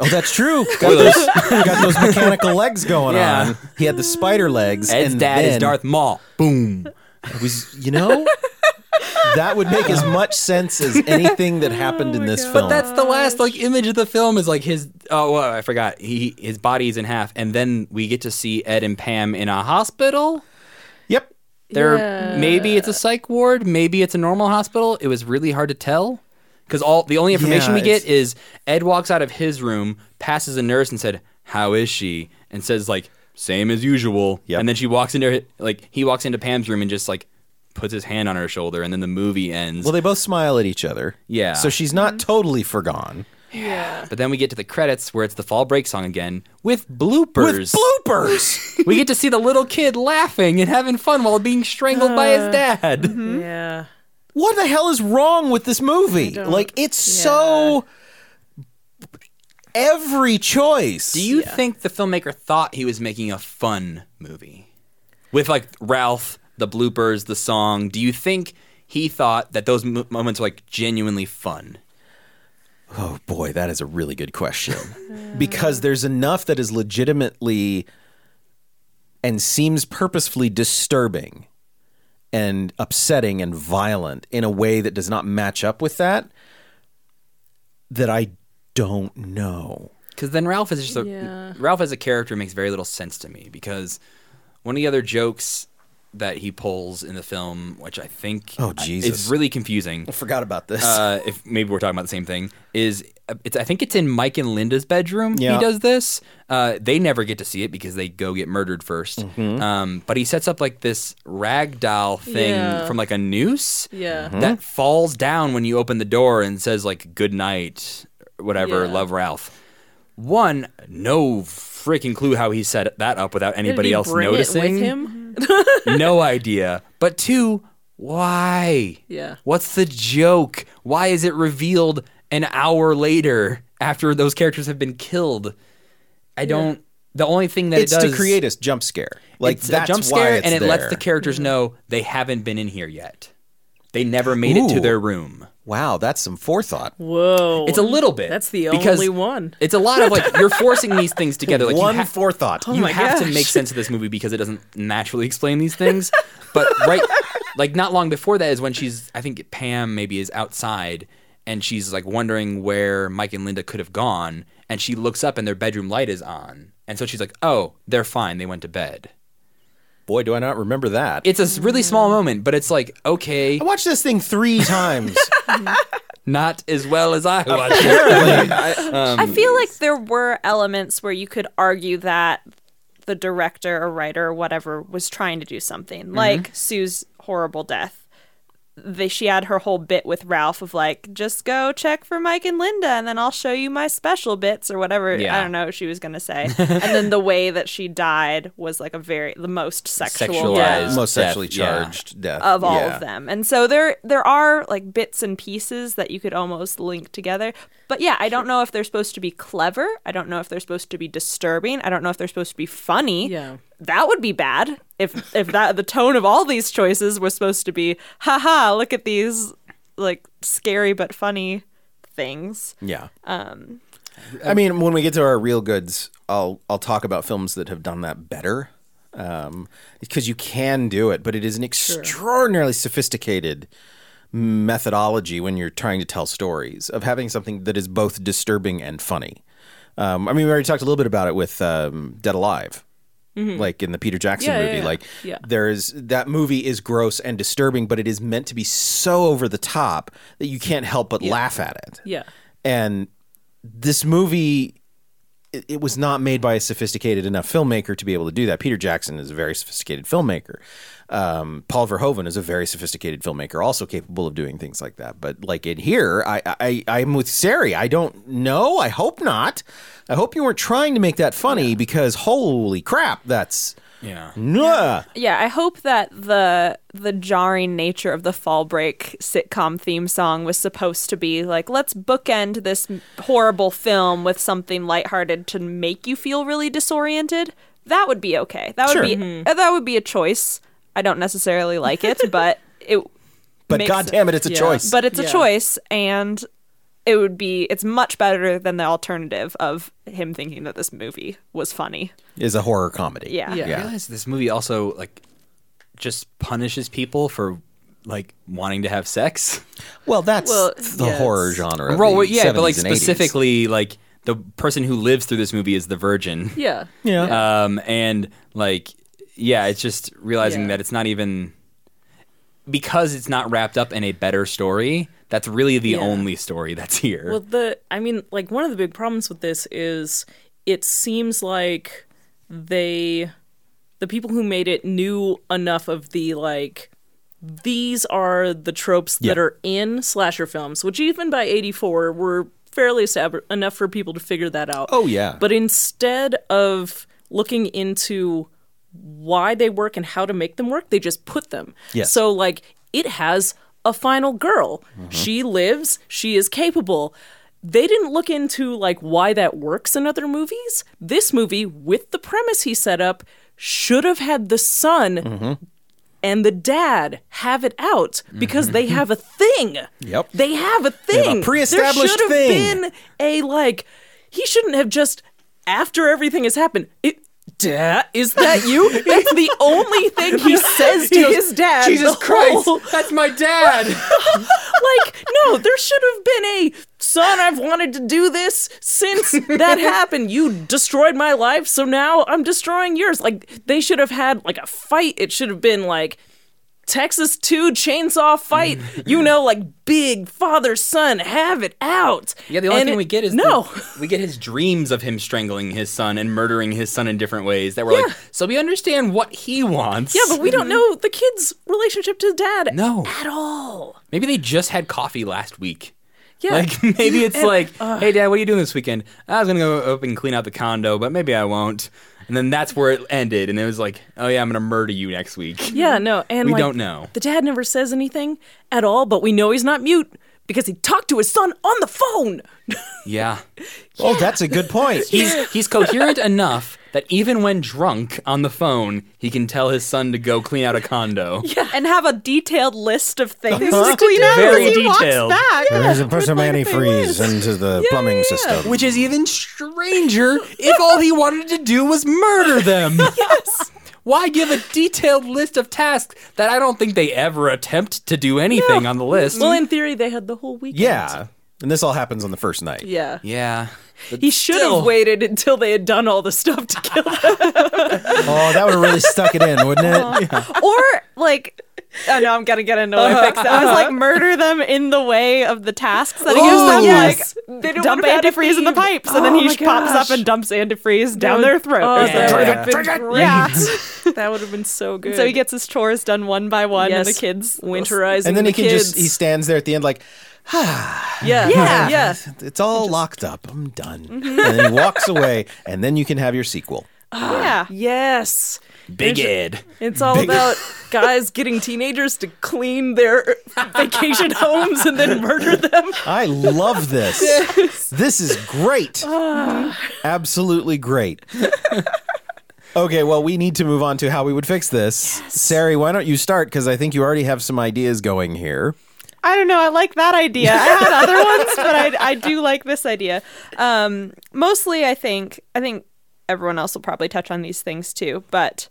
Oh, that's true. Got those, got those mechanical legs going Yeah. on. He had the spider legs. Ed's and dad then is Darth Maul. Boom. it was you know that would make as much sense as anything that happened in this film. That's the last like image of the film is like his oh well, I forgot he his body's in half and then we get to see Ed and Pam in a hospital. yep. They're Yeah. maybe it's a psych ward, maybe it's a normal hospital. It was really hard to tell because all the only information Yeah, we get is Ed walks out of his room, passes a nurse and said, "How is she?" and says like same as usual. Yep. And then she walks into her- like he walks into Pam's room and just like puts his hand on her shoulder and then the movie ends. Well, they both smile at each other. Yeah. So she's not totally forgone. yeah, But then we get to the credits where it's the fall break song again with bloopers. With bloopers. we get to see the little kid laughing and having fun while being strangled by Uh, his dad. mm-hmm. Hmm? yeah. what the hell is wrong with this movie? Like it's so every choice. Do you think the filmmaker thought he was making a fun movie? With like Ralph, the bloopers, the song. Do you think he thought that those mo- moments were like genuinely fun? Oh boy, that is a really good question. because there's enough that is legitimately and seems purposefully disturbing and upsetting and violent in a way that does not match up with that that I don't know. Because then Ralph is just a Yeah. Ralph as a character makes very little sense to me because one of the other jokes that he pulls in the film, which I think Oh, I- Jesus. it's really confusing. I forgot about this. Uh, if maybe we're talking about the same thing, is uh, it's I think it's in Mike and Linda's bedroom. Yeah. He does this. Uh, they never get to see it because they go get murdered 1st Um, but he sets up like this rag doll thing Yeah. from like a noose Yeah. that falls down when you open the door and says like good night whatever Yeah. love ralph one no freaking clue how he set that up without anybody Did he else bring noticing It with him? no idea but two why Yeah. what's the joke why is it revealed an hour later after those characters have been killed i don't the only thing that it's it does to create a jump scare. Like it's that's a jump scare why it's and it lets there. the characters know they haven't been in here yet they never made it Ooh. to their room Wow, that's some forethought. Whoa. it's a little bit That's the because only one. it's a lot of like you're forcing these things together like One you, ha- forethought. you Oh my have gosh. to make sense of this movie because it doesn't naturally explain these things but right like not long before that is when she's i think pam maybe is outside and she's like wondering where mike and linda could have gone and she looks up and their bedroom light is on and so she's like oh they're fine they went to bed Boy, do I not remember that. it's a s- really small moment, but it's like, okay, I watched this thing three times. not as well as I watched it. Apparently. um, I feel like there were elements where you could argue that the director or writer or whatever was trying to do something, Mm-hmm. like Sue's horrible death. They, she had her whole bit with Ralph of like, just go check for Mike and Linda, and then I'll show you my special bits or whatever. Yeah. I don't know what she was gonna say. and then the way that she died was like a very the most sexual death Sexualized. Most Death, sexually yeah. charged death. of all Yeah. of them. And so there there are like bits and pieces that you could almost link together. But yeah, I don't know if they're supposed to be clever. I don't know if they're supposed to be disturbing. I don't know if they're supposed to be funny. Yeah. That would be bad if if that the tone of all these choices was supposed to be, haha, look at these like scary but funny things. Yeah. Um, I mean, when we get to our real goods, I'll I'll talk about films that have done that better, um, because you can do it, but it is an extraordinarily sophisticated methodology when you're trying to tell stories of having something that is both disturbing and funny. Um, I mean, we already talked a little bit about it with um, Dead Alive. Like in the Peter Jackson Mm-hmm. Yeah, yeah, movie, yeah. like Yeah. there is that movie is gross and disturbing, but it is meant to be so over the top that you can't help but laugh at it Yeah. and this movie it, it was not made by a sophisticated enough filmmaker to be able to do that peter jackson is a very sophisticated filmmaker um, paul verhoeven is a very sophisticated filmmaker also capable of doing things like that but like in here i i i'm with sari i don't know i hope not i hope you weren't trying to make that funny because holy crap that's Yeah. Nuh. Yeah, I hope that the the jarring nature of the fall break sitcom theme song was supposed to be like let's bookend this m- horrible film with something lighthearted to make you feel really disoriented. That would be okay. That Sure. would be uh, that would be a choice. I don't necessarily like it, but it but makes- goddamn it it's a yeah. choice but it's a Yeah. choice and it would be it's much better than the alternative of him thinking that this movie was funny. is a horror comedy Yeah. Yeah. I realize this movie also like just punishes people for like wanting to have sex. well that's Well, the yeah, horror it's- genre of Well, the well, yeah, but like 70s and 80s. specifically like the person who lives through this movie is the virgin. Yeah. yeah Um and like yeah, it's just realizing Yeah. that it's not even because it's not wrapped up in a better story. That's really the only story that's here. Well, the I mean, like one of the big problems with this is it seems like they the people who made it knew enough of the like these are the tropes that Yeah. are in slasher films, which even by 84 were fairly established enough for people to figure that out. Oh, yeah. But instead of looking into why they work and how to make them work, they just put them. Yes. Mm-hmm. So like it has a final girl. She lives, she is capable. They didn't look into like why that works in other movies. This movie with the premise he set up should have had the son Mm-hmm. and the dad have it out because they have a thing. Mm-hmm. Yep. They have a have thing. a there pre-established should have thing. been a like he shouldn't have just after everything has happened. It Dad, is that you? That's the only thing he says to his dad. Jesus the Christ. whole- that's my dad. like, no, there should have been a son, I've wanted to do this since that happened. You destroyed my life, so now I'm destroying yours. Like, they should have had like a fight. It should have been like Texas 2 chainsaw fight, you know, like big father son, have it out. Yeah, the only And thing it- we get is no. the- we get his dreams of him strangling his son and murdering his son in different ways that were like, so we understand what he wants. yeah, but we don't know the kid's relationship to dad Mm-hmm. no, Mm-hmm. at all. maybe they just had coffee last week. Yeah. Like maybe it's like, hey dad, what are you doing this weekend? I was gonna go up and clean out the condo, but maybe I won't. And then that's where it ended, and it was like, oh yeah, I'm gonna murder you next week. Yeah, no, and We like, don't know. The dad never says anything at all, but we know he's not mute because he talked to his son on the phone. Yeah, Oh, that's a good point. he's he's coherent enough that even when drunk on the phone, he can tell his son to go clean out a condo. and have a detailed list of things Uh-huh. to clean up Very as he detailed. walks back. There's a person antifreeze into the plumbing system. Which is even stranger if all he wanted to do was murder them. yes. Why give a detailed list of tasks that I don't think they ever attempt to do anything on the list? Well, in theory, they had the whole weekend. yeah, and this all happens on the first night. Yeah. yeah. He should still- have waited until they had done all the stuff to kill them. Oh, that would have really stuck it in, wouldn't it? Yeah. or like oh no i'm gonna get into Uh-huh, olympics i was like murder them in the way of the tasks that he gives Oh, them yes. like they don't Dump dump antifreeze in the antifreeze. pipes and then Oh he my sh- pops gosh. up and dumps antifreeze down their throat Oh, or that something. would Yeah. have been great. Yeah. That would have been so good. so he gets his chores done one by one and the Yes. kids winterizing And then the he can kids. just he stands there at the end like "Ah, yeah. Yeah. Yeah. Mm-hmm. it's all locked up. I'm done. And then he walks away, and then you can have your sequel. yeah Yes. Big Ed. It's all about guys getting teenagers to clean their vacation homes and then murder them. I love this. This is great. Absolutely great. Okay, well, we need to move on to how we would fix this. Sari, why don't you start? Because I think you already have some ideas going here. I don't know. I like that idea. I had other ones, but I, I do like this idea. Um, mostly, I think I think everyone else will probably touch on these things too. But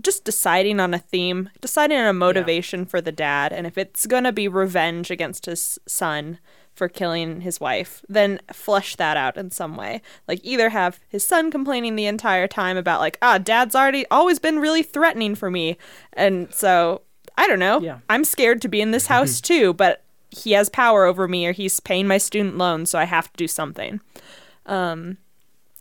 just deciding on a theme, deciding on a motivation for the dad, and if it's gonna be revenge against his son for killing his wife, then flesh that out in some way. Like either have his son complaining the entire time about like, ah, dad's already always been really threatening for me, and so I don't know. Yeah. I'm scared to be in this house too, but he has power over me or he's paying my student loan, so I have to do something. Um,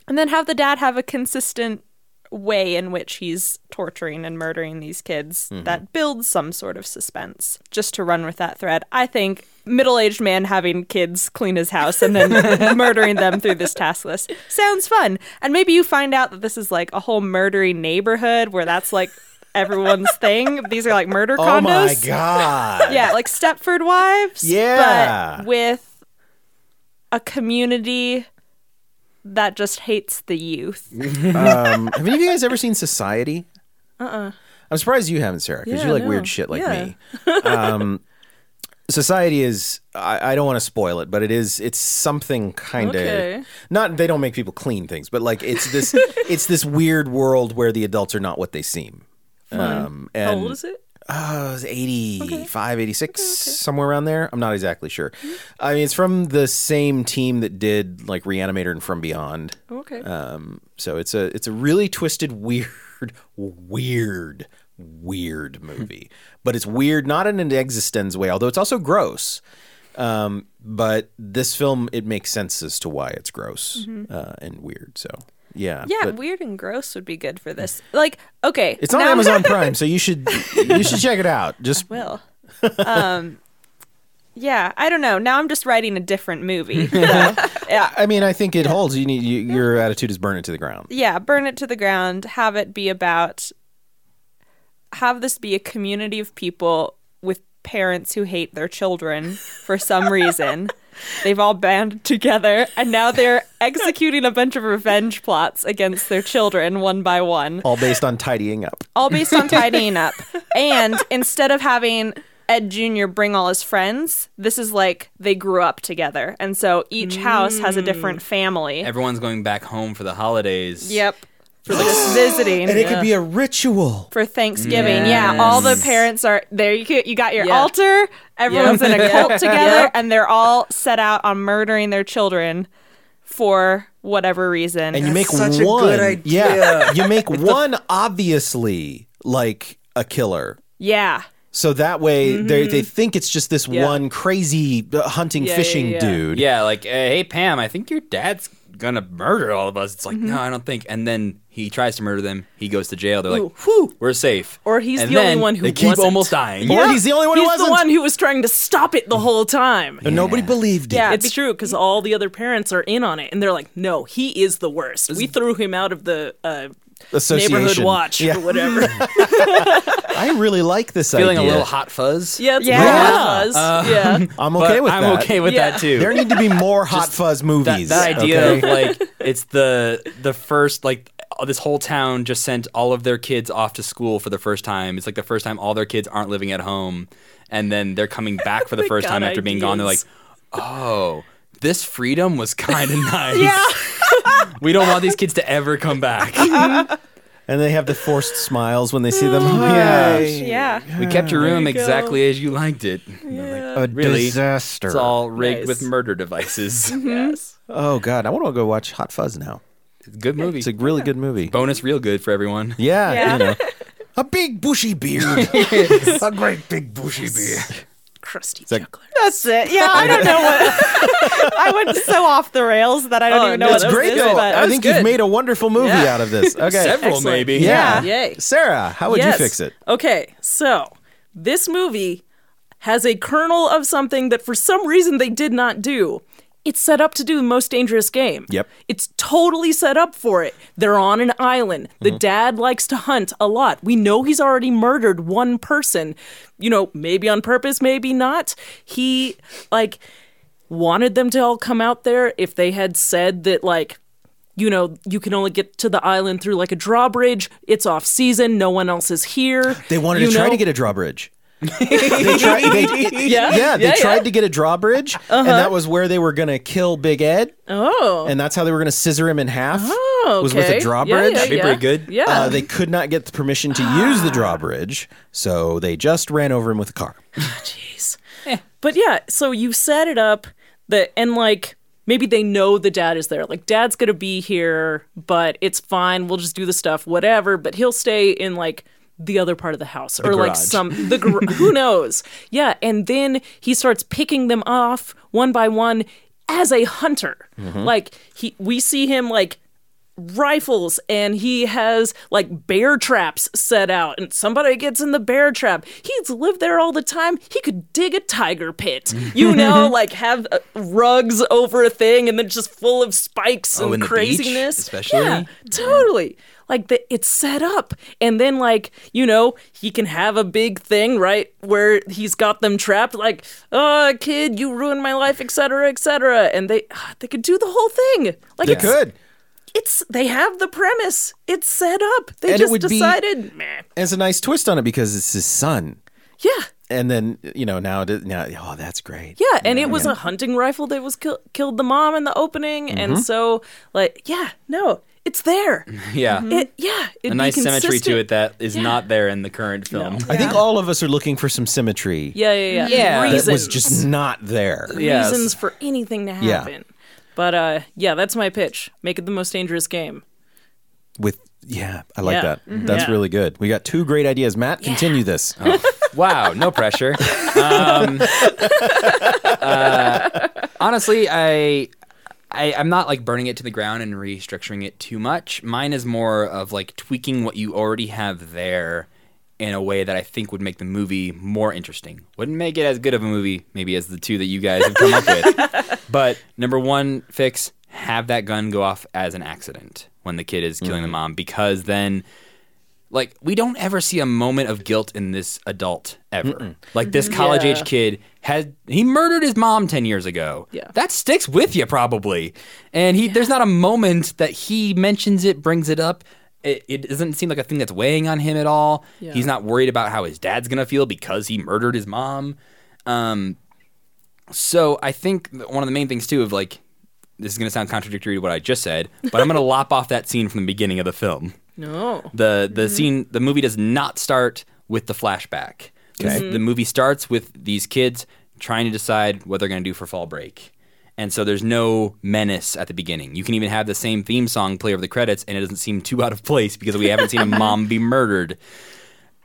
and then have the dad have a consistent way in which he's torturing and murdering these kids Mm-hmm. that builds some sort of suspense. Just to run with that thread, I think middle aged man having kids clean his house and then murdering them through this task list sounds fun. And maybe you find out that this is like a whole murdering neighborhood where that's like everyone's thing. These are like murder condos Oh my god! yeah, like Stepford Wives. Yeah. But with a community that just hates the youth. Um, have any of you guys ever seen Society? Uh. uh I'm surprised you haven't, Sarah, because Uh-uh. Yeah, you like no. weird shit like Yeah. me. Um, Society is. I, I don't want to spoil it, but it is. It's something kind of Okay. not. They don't make people clean things, but like it's this. it's this weird world where the adults are not what they seem. Um, and How old is it? Oh, it was 85, 86, somewhere around there. I'm not exactly sure. Mm-hmm. I mean, it's from the same team that did like Reanimator and From Beyond. Okay. Um, so it's a it's a really twisted, weird, weird, weird movie. but it's weird not in an existence way, although it's also gross. Um, but this film it makes sense as to why it's gross uh, and weird. So yeah, Mm-hmm. Yeah, but weird and gross would be good for this. Like, okay. it's on now- Amazon Prime, so you should you should check it out. Just Will. Um, yeah, I don't know. Now I'm just writing a different movie. So, yeah. I mean, I think it holds. You need you, your attitude is burn it to the ground. yeah, burn it to the ground, have it be about have this be a community of people with parents who hate their children for some reason. They've all banded together and now they're executing a bunch of revenge plots against their children one by one All based on tidying up. all based on tidying up. And instead of having Ed Jr. bring all his friends, this is like they grew up together. And so each house has a different family. Everyone's going back home for the holidays. Yep. for this. Just visiting. And it could be a ritual. for Thanksgiving. Yeah, all the parents are there. You could, you got your Yeah. altar. Everyone's in a Yep. cult together, Yep. and they're all set out on murdering their children for whatever reason. And you make That's such a one. good idea. Yeah. You make one obviously like a killer. yeah, So that way they they think it's just this Yeah. one crazy uh, hunting Yeah, yeah, fishing yeah. dude. Yeah, like, uh, hey, Pam, I think your dad's gonna murder all of us. It's Mm-hmm. like, no, I don't think. And then he tries to murder them. He goes to jail. They're like, whew, we're safe. Or he's And the only then one who they keep wasn't. almost dying. Or he's the only one who He's wasn't. the one who was trying to stop it the whole time. And nobody believed it. Yeah. It's true because all the other parents are in on it, and they're like, "No, he is the worst. We threw him out of the uh, Association. neighborhood watch Yeah. or whatever." I really like this Feeling idea. a little hot fuzz. yeah, it's Yeah. yeah. yeah. I'm but okay with I'm that. okay with Yeah. that too. There need to be more hot fuzz that, movies. that idea okay? of like it's the the first like this whole town just sent all of their kids off to school for the first time. It's like the first time all their kids aren't living at home, and then they're coming back for the They first got time after being gone. They're like, ideas. oh, this freedom was kind of nice. yeah. We don't want these kids to ever come back. and they have the forced smiles when they see them. Yeah. Yay. Yeah. we kept your room you go. exactly as you liked it. And they're like, A Really? disaster. It's all rigged Nice. with murder devices. Yes. Oh god, I want to go watch Hot Fuzz now. good movie. It's a really good movie. bonus real good for everyone. Yeah, Yeah. you know. A big bushy beard. a great big bushy beard. Crusty like- juggler. That's it. Yeah, I don't know what. I went so off the rails that I don't Oh, even know no, what That's that this was great is. good. though. But I think you've made a wonderful movie Yeah. out of this. Okay. Several Excellent. maybe. Yeah. Yeah. Yay. Sarah, how would you fix it? Okay, so this movie has a kernel of something that for some reason they did not do. It's set up to do the most dangerous game. Yep. It's totally set up for it. They're on an island. The Mm-hmm. dad likes to hunt a lot. We know he's already murdered one person. You know, maybe on purpose, maybe not. He like wanted them to all come out there if they had said that like you know, you can only get to the island through like a drawbridge. It's off season. No one else is here. They wanted you to try know? to get a drawbridge. they tried, they, yeah, they yeah, Uh-huh. tried to get a drawbridge, and that was where they were going to kill Big Ed, Oh, and that's how they were going to scissor him in half. okay. Was with a drawbridge. Yeah, yeah, That'd be yeah. pretty good. Yeah. Uh, they could not get the permission to use the drawbridge, so they just ran over him with a car. Jeez. But yeah, so you set it up that and like maybe they know the dad is there. Like dad's gonna be here, but it's fine. We'll just do the stuff, whatever. But he'll stay in like the other part of the house or like garage. some the gar- who knows yeah and then he starts picking them off one by one as a hunter like he we see him like rifles and he has like bear traps set out and somebody gets in the bear trap he's lived there all the time he could dig a tiger pit you know like have uh, rugs over a thing and then just full of spikes Oh, and in the beach, craziness especially? yeah totally like the, it's set up and then like you know he can have a big thing right where he's got them trapped like oh kid you ruined my life etc etc and they ah, they could do the whole thing like They it's could. it's they have the premise. It's set up. They And it just would be- decided, meh. And it's a nice twist on it because it's his son. Yeah. And then you know now, it- now oh that's great. Yeah, and it was a hunting rifle that was kill- killed the mom in the opening and so like yeah, no, it's there. Yeah. It yeah, it'd Mm-hmm. A be nice symmetry to consistent. it that is not there in the current film. I think all of us are looking for some symmetry. Yeah, yeah, yeah. Yeah. That that Reasons. was just not there. Yes. reasons for anything to Yeah. happen. But uh yeah, that's my pitch. Make it the most dangerous game. With yeah, I like Yeah. that. Mhm. That's Yeah. really good. We got two great ideas. Matt, continue this. wow, no pressure. Um, uh, honestly, I, I I'm not like burning it to the ground and restructuring it too much. Mine is more of like tweaking what you already have there in a way that I think would make the movie more interesting. Wouldn't make it as good of a movie, maybe as the two that you guys have come up with. But number one fix: have that gun go off as an accident when the kid is killing the mom, because then like we don't ever see a moment of guilt in this adult ever. Like this college age kid had he murdered his mom 10 years ago. Yeah. That sticks with you probably. And he there's not a moment that he mentions it, brings it up. It, it doesn't seem like a thing that's weighing on him at all. Yeah. He's not worried about how his dad's going to feel because he murdered his mom. Um so I think that one of the main things too of like this is going to sound contradictory to what I just said, but I'm going to lop off that scene from the beginning of the film. No. The the scene the movie does not start with the flashback. This- The movie starts with these kids trying to decide what they're going to do for fall break. And so there's no menace at the beginning. You can even have the same theme song play over the credits and it doesn't seem too out of place because we haven't seen a mom be murdered.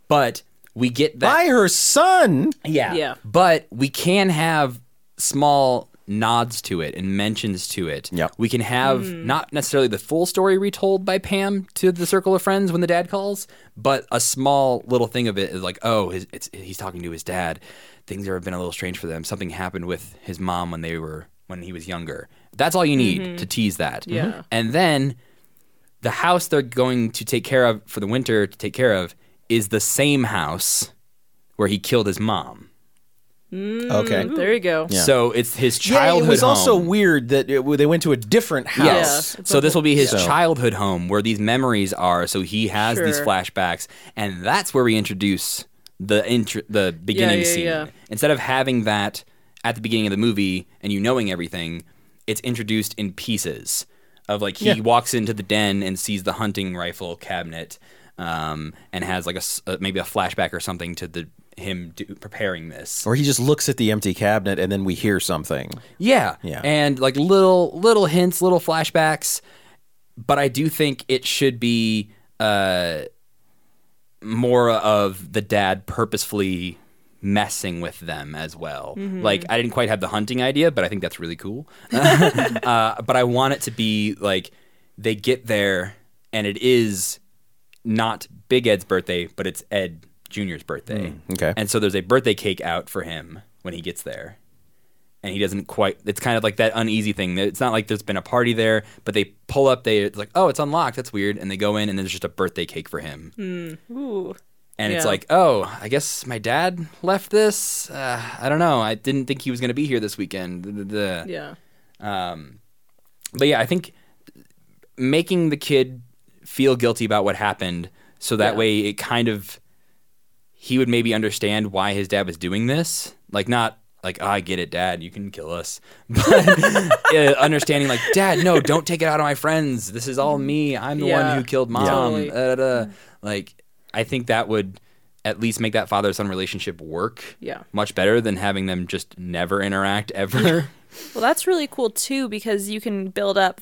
But we get that By her son. yeah. Yeah. But we can have small nods to it and mentions to it. Yep. We can have not necessarily the full story retold by Pam to the circle of friends when the dad calls, but a small little thing of it is like, oh, his, it's, he's talking to his dad. Things have been a little strange for them. Something happened with his mom when they were when he was younger. That's all you need to tease that. Yeah. And then the house they're going to take care of for the winter to take care of is the same house where he killed his mom. Mm. Okay. There you go. Yeah. So it's his Yeah, childhood it was home. also weird that it, they went to a different house. Yes. Yeah, it's so this will be his Yeah. childhood home where these memories are. So he has these Sure. flashbacks, and that's where we introduce the intro, the beginning yeah, scene. yeah. Instead of having that at the beginning of the movie and you knowing everything, it's introduced in pieces. Of like he walks into the den and sees the hunting rifle cabinet, um, and has like a s- uh, maybe a flashback or something to the him do, preparing this. Or he just looks at the empty cabinet and then we hear something. Yeah. Yeah. And like little little hints, little flashbacks. But I do think it should be uh more of the dad purposefully messing with them as well. Like I didn't quite have the hunting idea, but I think that's really cool. uh, but I want it to be like they get there and it is not Big Ed's birthday, but it's Ed Jr.'s birthday. okay. And so there's a birthday cake out for him when he gets there and he doesn't quite it's kind of like that uneasy thing that it's not like there's been a party there but they pull up they it's like oh it's unlocked that's weird and they go in and there's just a birthday cake for him Ooh. and it's Yeah. like oh i guess my dad left this uh, i don't know i didn't think he was going to be here this weekend Duh, duh, duh. Yeah. but yeah i think making the kid feel guilty about what happened so that Yeah. way it kind of he would maybe understand why his dad was doing this like not like oh, i get it dad you can kill us but uh, understanding like dad no don't take it out on my friends this is all me i'm the Yeah. one who killed mom Totally. da, da, da. like i think that would at least make that father son relationship work Yeah. much better than having them just never interact ever Well, that's really cool too because you can build up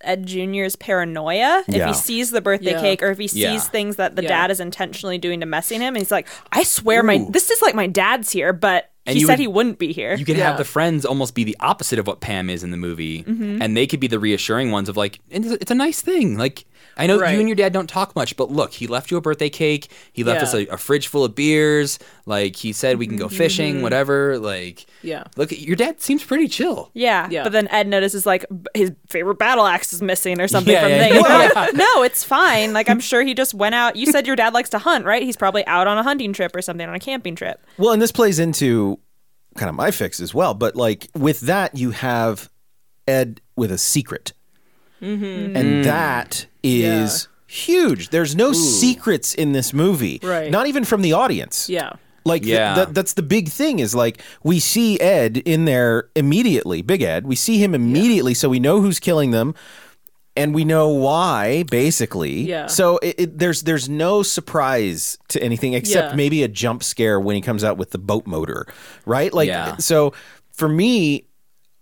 Ed Jr.'s paranoia if Yeah. he sees the birthday Yeah. cake or if he sees Yeah. things that the Yeah. dad is intentionally doing to messing him. And he's like, I swear, my Ooh. this is like my dad's here, but And he you said would- he wouldn't be here. You could Yeah. have the friends almost be the opposite of what Pam is in the movie, and they could be the reassuring ones of like, it's it's a nice thing. Like, I know Right. you and your dad don't talk much, but look, he left you a birthday cake. He left Yeah. us a, a fridge full of beers. Like, he said we can go fishing, whatever. Like, Mm-hmm. Yeah. look, your dad seems pretty chill. yeah. Yeah. but then Ed notices like b- his favorite battle axe is missing or something Yeah, from yeah, thing. yeah. I'm like, no, it's fine. Like I'm sure he just went out. You said your dad likes to hunt, right? He's probably out on a hunting trip or something on a camping trip. Well, and this plays into kind of my fix as well, but like with that, you have Ed with a secret. And that is huge. There's no secrets in this movie, Right. not even from the audience. Yeah. Like, th- Yeah. that- that's the big thing is like we see Ed in there immediately, Big Ed. We see him immediately, so we know who's killing them. And we know why, basically. Yeah. So it, it, there's there's no surprise to anything except Yeah. maybe a jump scare when he comes out with the boat motor, right? Like, Yeah. so for me,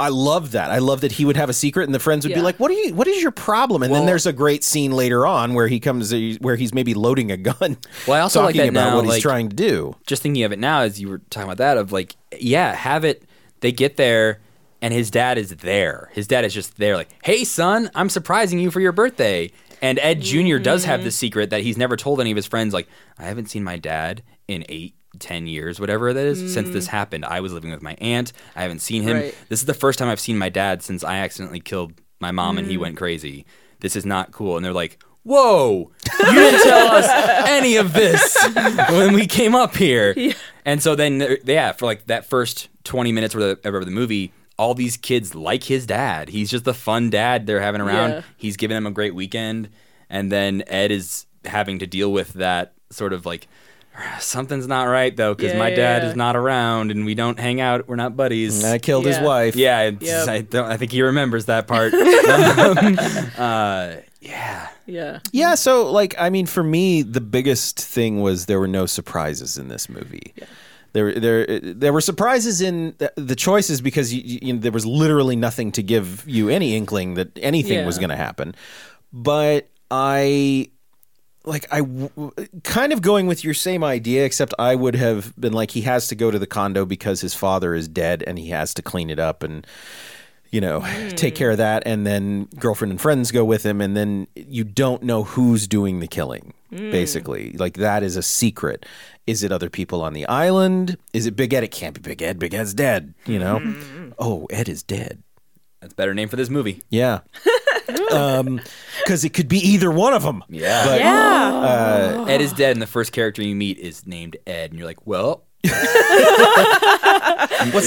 I love that. I love that he would have a secret, and the friends would be Yeah. like, "What are you? What is your problem?" And then Well- there's a great scene later on where he comes, where he's maybe loading a gun, Well, I also like talking that about now, what he's like- trying to do. Just thinking of it now, as you were talking about that, of like, yeah, have it. They get there. And his dad is there. His dad is just there, like, hey, son, I'm surprising you for your birthday. And Ed junior does have the secret that he's never told any of his friends, like, I haven't seen my dad in eight, ten years, whatever that is, since this happened. I was living with my aunt. I haven't seen him. Right. This is the first time I've seen my dad since I accidentally killed my mom and he went crazy. This is not cool. And they're like, whoa, you didn't tell us any of this when we came up here. And so then, there- yeah, for like that first 20 minutes or the- whatever the movie, all these kids like his dad. He's just the fun dad they're having around. Yeah. He's giving them a great weekend. And then Ed is having to deal with that sort of like Something's not right though, because Yeah, my yeah, dad yeah. is not around and we don't hang out. We're not buddies. I killed his Yeah. wife. yeah, it's- Yep. I, don't, I think he remembers that part. Um, uh, yeah, Yeah. Yeah, so like I mean for me the biggest thing was there were no surprises in this movie. There there there were surprises in the, the choices because you, you, you know, there was literally nothing to give you any inkling that anything was Yeah. going to happen. But I like I w- w- kind of going with your same idea, except I would have been like he has to go to the condo because his father is dead and he has to clean it up and you know take care of that, and then girlfriend and friends go with him, and then you don't know who's doing the killing. Basically, like that is a secret. Is it other people on the island? Is it Big Ed? It can't be Big Ed. Big Ed's dead. You know. Oh, Ed is dead. that's a better name for this movie. Yeah. um, because it could be either one of them. Yeah. But, Yeah. Uh, Ed Oh. is dead, and the first character you meet is named Ed, and you're like, well, What's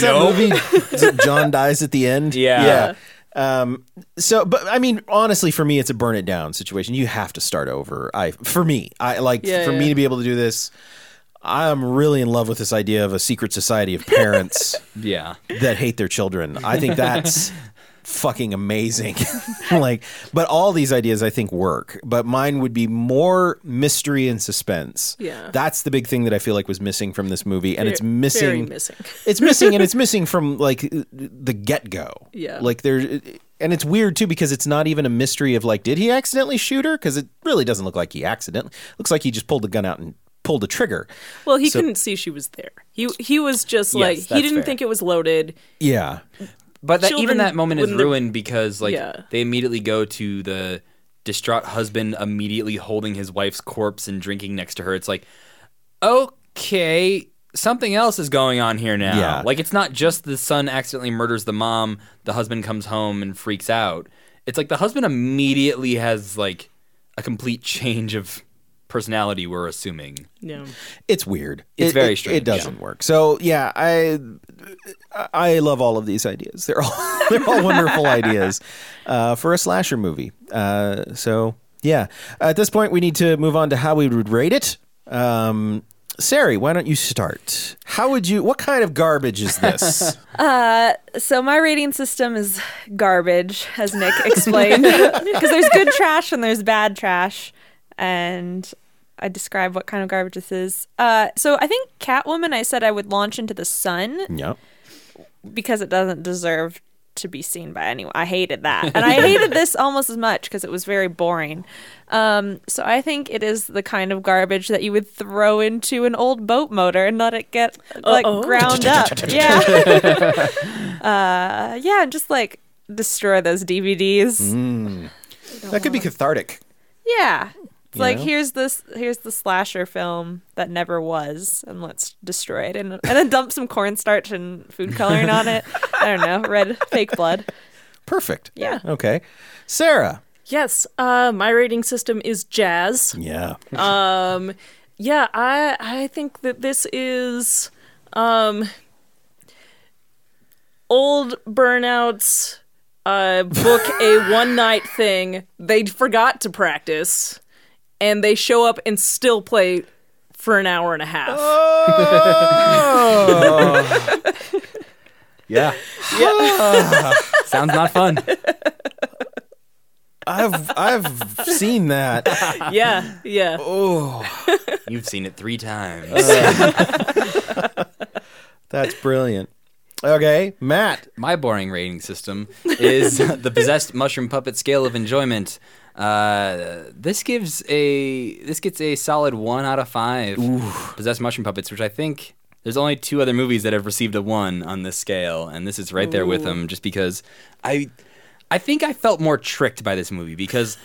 No. that movie? Is it John dies at the end. Yeah. Yeah. Um, so, but I mean, honestly, for me, it's a burn it down situation. You have to start over. I, for me, I like Yeah, for yeah. me to be able to do this. I'm really in love with this idea of a secret society of parents yeah, that hate their children. I think that's fucking amazing. like, but all these ideas I think work. But mine would be more mystery and suspense. Yeah. that's the big thing that I feel like was missing from this movie, and it's Very- missing. Very missing. it's missing, and it's missing from like the get go. Yeah. like there, and it's weird too because it's not even a mystery of like, did he accidentally shoot her? Because it really doesn't look like he accidentally. Looks like he just pulled the gun out and pulled the trigger. Well, he So- couldn't see she was there. He he was just like that's he didn't fair. think it was loaded. Yeah, but that, even Children, that moment is when they're- ruined because like Yeah. they immediately go to the distraught husband immediately holding his wife's corpse and drinking next to her. It's like, okay, something else is going on here now. Yeah. Like it's not just the son accidentally murders the mom, the husband comes home and freaks out. It's like the husband immediately has like a complete change of personality we're assuming. No. it's weird. It's It- very it- strange, It doesn't work. So yeah, I I love all of these ideas. They're all they're all wonderful ideas uh, for a slasher movie. Uh, so yeah, at this point we need to move on to how we would rate it. Um, Sari, why don't you start? How would you? What kind of garbage is this? Uh, so my rating system is garbage, as Nick explained, because there's good trash and there's bad trash, and I describe what kind of garbage this is. Uh, so I think Catwoman, I said I would launch into the sun no. because it doesn't deserve to be seen by anyone. I hated that, and I hated this almost as much because it was very boring. Um, so I think it is the kind of garbage that you would throw into an old boat motor and let it get like Uh-oh. ground up. Yeah, uh, yeah, and just like destroy those DVDs. That could be cathartic. Yeah. It's like know? here's this here's the slasher film that never was, and let's destroy it, and, and then dump some cornstarch and food coloring on it. I don't know, red fake blood. Perfect. Yeah. Okay. Sarah. Yes, uh, my rating system is jazz. Yeah. um yeah i i think that this is um old burnouts uh book a one night thing they forgot to practice and they show up and still play for an hour and a half Oh. Oh! Yeah. Sounds not fun. I've I've seen that. yeah yeah Oh. You've seen it three times. That's brilliant. Okay, Matt. my boring rating system is the possessed mushroom puppet scale of enjoyment. Uh, this gives a this gets a solid one out of five. Possessed mushroom puppets, which I think there's only two other movies that have received a one on this scale, and this is right there with them. Just because I I think I felt more tricked by this movie because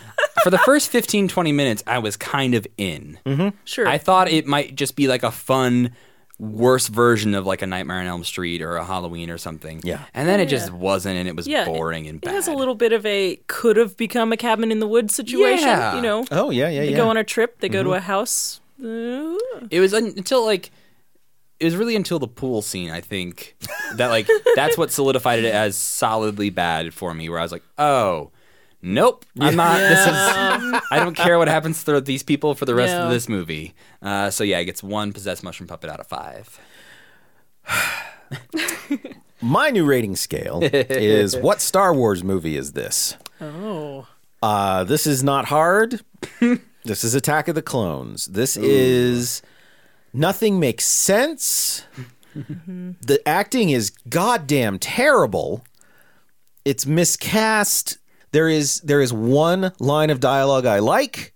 for the first 15, 20 minutes I was kind of in. sure I thought it might just be like a fun, worse version of like a Nightmare on Elm Street or a Halloween or something. Yeah. And then it just wasn't, and it was Oh, yeah boring and it bad. has a little bit of a could have become a cabin in the woods situation Yeah. Mm-hmm. you know Oh yeah, yeah, they yeah. go on a trip they go to a house Uh, Ooh. It was un- until like. It was really until the pool scene, I think, that like that's what solidified it as solidly bad for me. Where I was like, "Oh, nope, I'm not. This is, I don't care what happens to these people for the rest No. of this movie. Uh, so yeah, it gets one possessed mushroom puppet out of five. My new rating scale is what Star Wars movie is this? Oh. Uh, this is not hard. this is Attack of the Clones. This is nothing makes sense. Mm-hmm. the acting is goddamn terrible. It's miscast. There is there is one line of dialogue I like,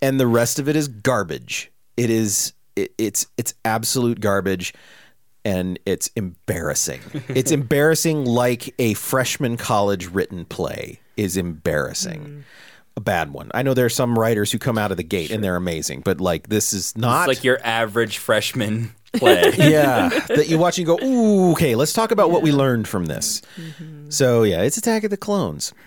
and the rest of it is garbage. It is it, it's it's absolute garbage. And it's embarrassing. It's embarrassing, like a freshman college written play is embarrassing. Mm. A bad one. I know there are some writers who come out of the gate and they're amazing, but like this is not It's like your average freshman play. yeah, that you watch and go, ooh, okay, let's talk about what we learned from this. Mm-hmm. So yeah, it's Attack of the Clones.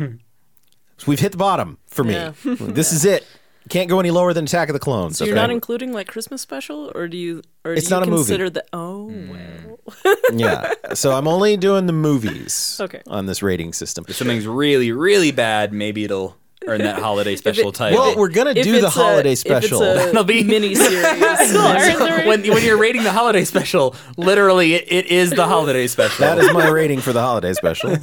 So we've hit the bottom for me. Yeah. this is it. Can't go any lower than Attack of the Clones. So you're okay? not including like Christmas special, or do you? Or It's do you not a movie. consider the oh wow. yeah. So I'm only doing the movies Okay. on this rating system. if something's really, really bad, maybe it'll earn that holiday special title. Well, we're gonna If do it's the a- holiday if it's special. a That'll be- mini Sorry. series. when, when you're rating the holiday special, literally, it, it is the holiday special. that is my rating for the holiday special.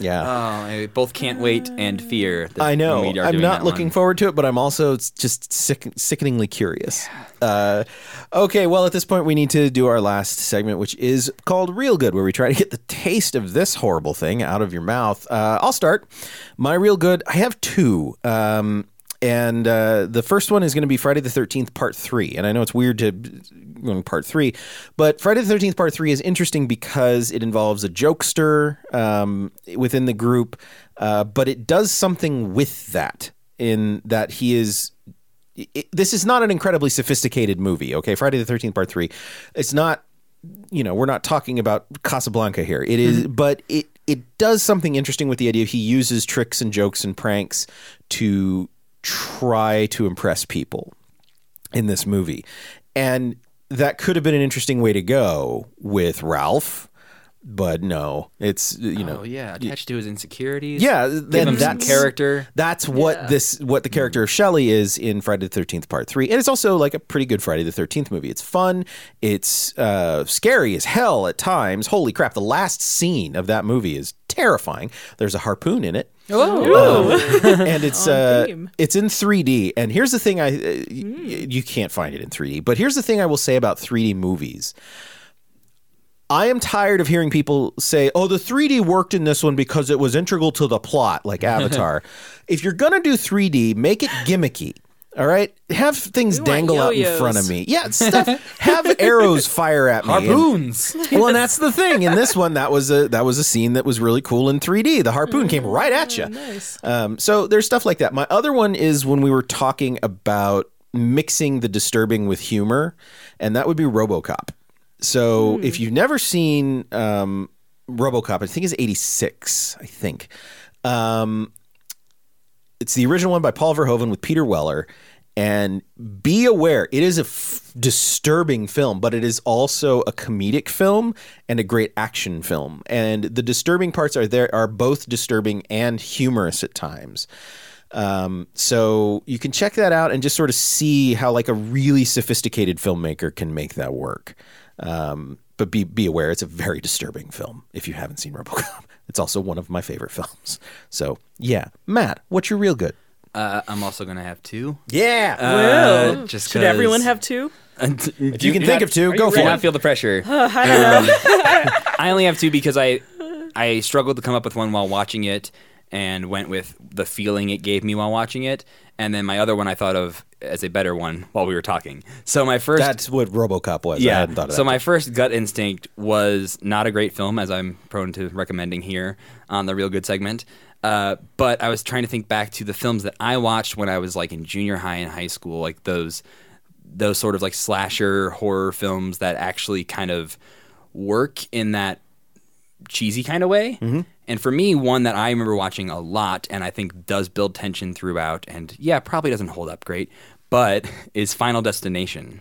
Yeah. Oh, I both can't wait and fear. That I know. we are I'm doing not that looking one. forward to it, but I'm also s- just sick, sickeningly curious. Uh, okay, well, at this point, we need to do our last segment, which is called Real Good, where we try to get the taste of this horrible thing out of your mouth. Uh, I'll start. My Real Good, I have two. Um, and uh, the first one is going to be Friday the 13th, part three. And I know it's weird to going part three, but Friday the 13th, part three is interesting because it involves a jokester um, within the group, uh, but it does something with that in that he is it, this is not an incredibly sophisticated movie. Okay, Friday the 13th part 3. It's not you know, we're not talking about Casablanca here. It is- but it it does something interesting with the idea he uses tricks and jokes and pranks to try to impress people in this movie. And that could have been an interesting way to go with Ralph, but no. It's you know, Oh yeah, attached to his insecurities. yeah, give then him some that's character. That's what this what the character of Shelley is in Friday the Thirteenth Part Three, and it's also like a pretty good Friday the Thirteenth movie. It's fun, it's uh, scary as hell at times. Holy crap! The last scene of that movie is terrifying. There's a harpoon in it. Um, and it's On uh, theme. it's in 3D. And here's the thing: I uh, y- Hmm. you can't find it in 3D. But here's the thing I will say about 3D movies. I am tired of hearing people say, "Oh, the 3D worked in this one because it was integral to the plot," like Avatar. if you're gonna do 3D, make it gimmicky. All right, have things We want dangle out in yo-yos. front of me. Yeah, stuff. have arrows fire at me. and- Harpoons. well, and that's the thing. In this one, that was a that was a scene that was really cool in 3D. The harpoon came right at you. nice. Um, so there's stuff like that. My other one is when we were talking about mixing the disturbing with humor, and that would be RoboCop. So if you've never seen um, RoboCop, I think it's '86. I think it's the original one by Paul Verhoeven with Peter Weller. And be aware, it is a f- disturbing film, but it is also a comedic film and a great action film. And the disturbing parts are there are both disturbing and humorous at times. Um, so you can check that out and just sort of see how like a really sophisticated filmmaker can make that work. Um, but be be aware, it's a very disturbing film. If you haven't seen RoboCop, it's also one of my favorite films. So yeah, Matt, what's your real good? Uh, I'm also gonna have two. Yeah, Uh, Whoa. just Should 'cause- everyone have two? And- if you can think of two, Are go you for ready? it. Um, Not feel the pressure. I don't know. I only have two because I I struggled to come up with one while watching it and went with the feeling it gave me while watching it. And then my other one I thought of as a better one while we were talking. So my first That's what RoboCop was. I hadn't thought of so that. my first gut instinct was not a great film, as I'm prone to recommending here on the Real Good segment. Uh, but I was trying to think back to the films that I watched when I was like in junior high and high school, like those those sort of like slasher horror films that actually kind of work in that cheesy kind of way. And for me, one that I remember watching a lot and I think does build tension throughout, and yeah, probably doesn't hold up great, but is Final Destination.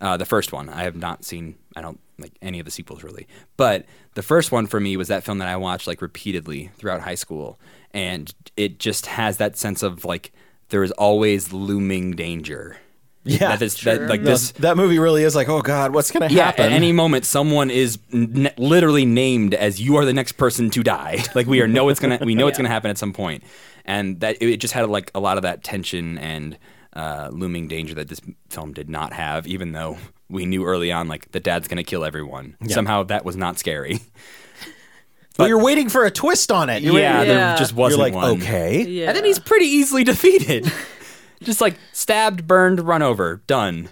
Uh, the first one. I have not seen, I don't like any of the sequels really. But the first one for me was that film that I watched like repeatedly throughout high school, and it just has that sense of like there is always looming danger. Yeah, that this, that, like No, this. that movie really is like, oh god, what's gonna Yeah, happen? at any moment, someone is n- literally named as you are the next person to die. Like we are know it's gonna, we know it's gonna happen at some point, and that it just had like a lot of that tension and uh, looming danger that this film did not have. Even though we knew early on, like the dad's gonna kill everyone. Somehow that was not scary. but you're waiting for a twist on it. You're yeah, waiting- Yeah. there just you're wasn't like, one. okay, Yeah. And then he's pretty easily defeated. just like stabbed, burned, run over, done.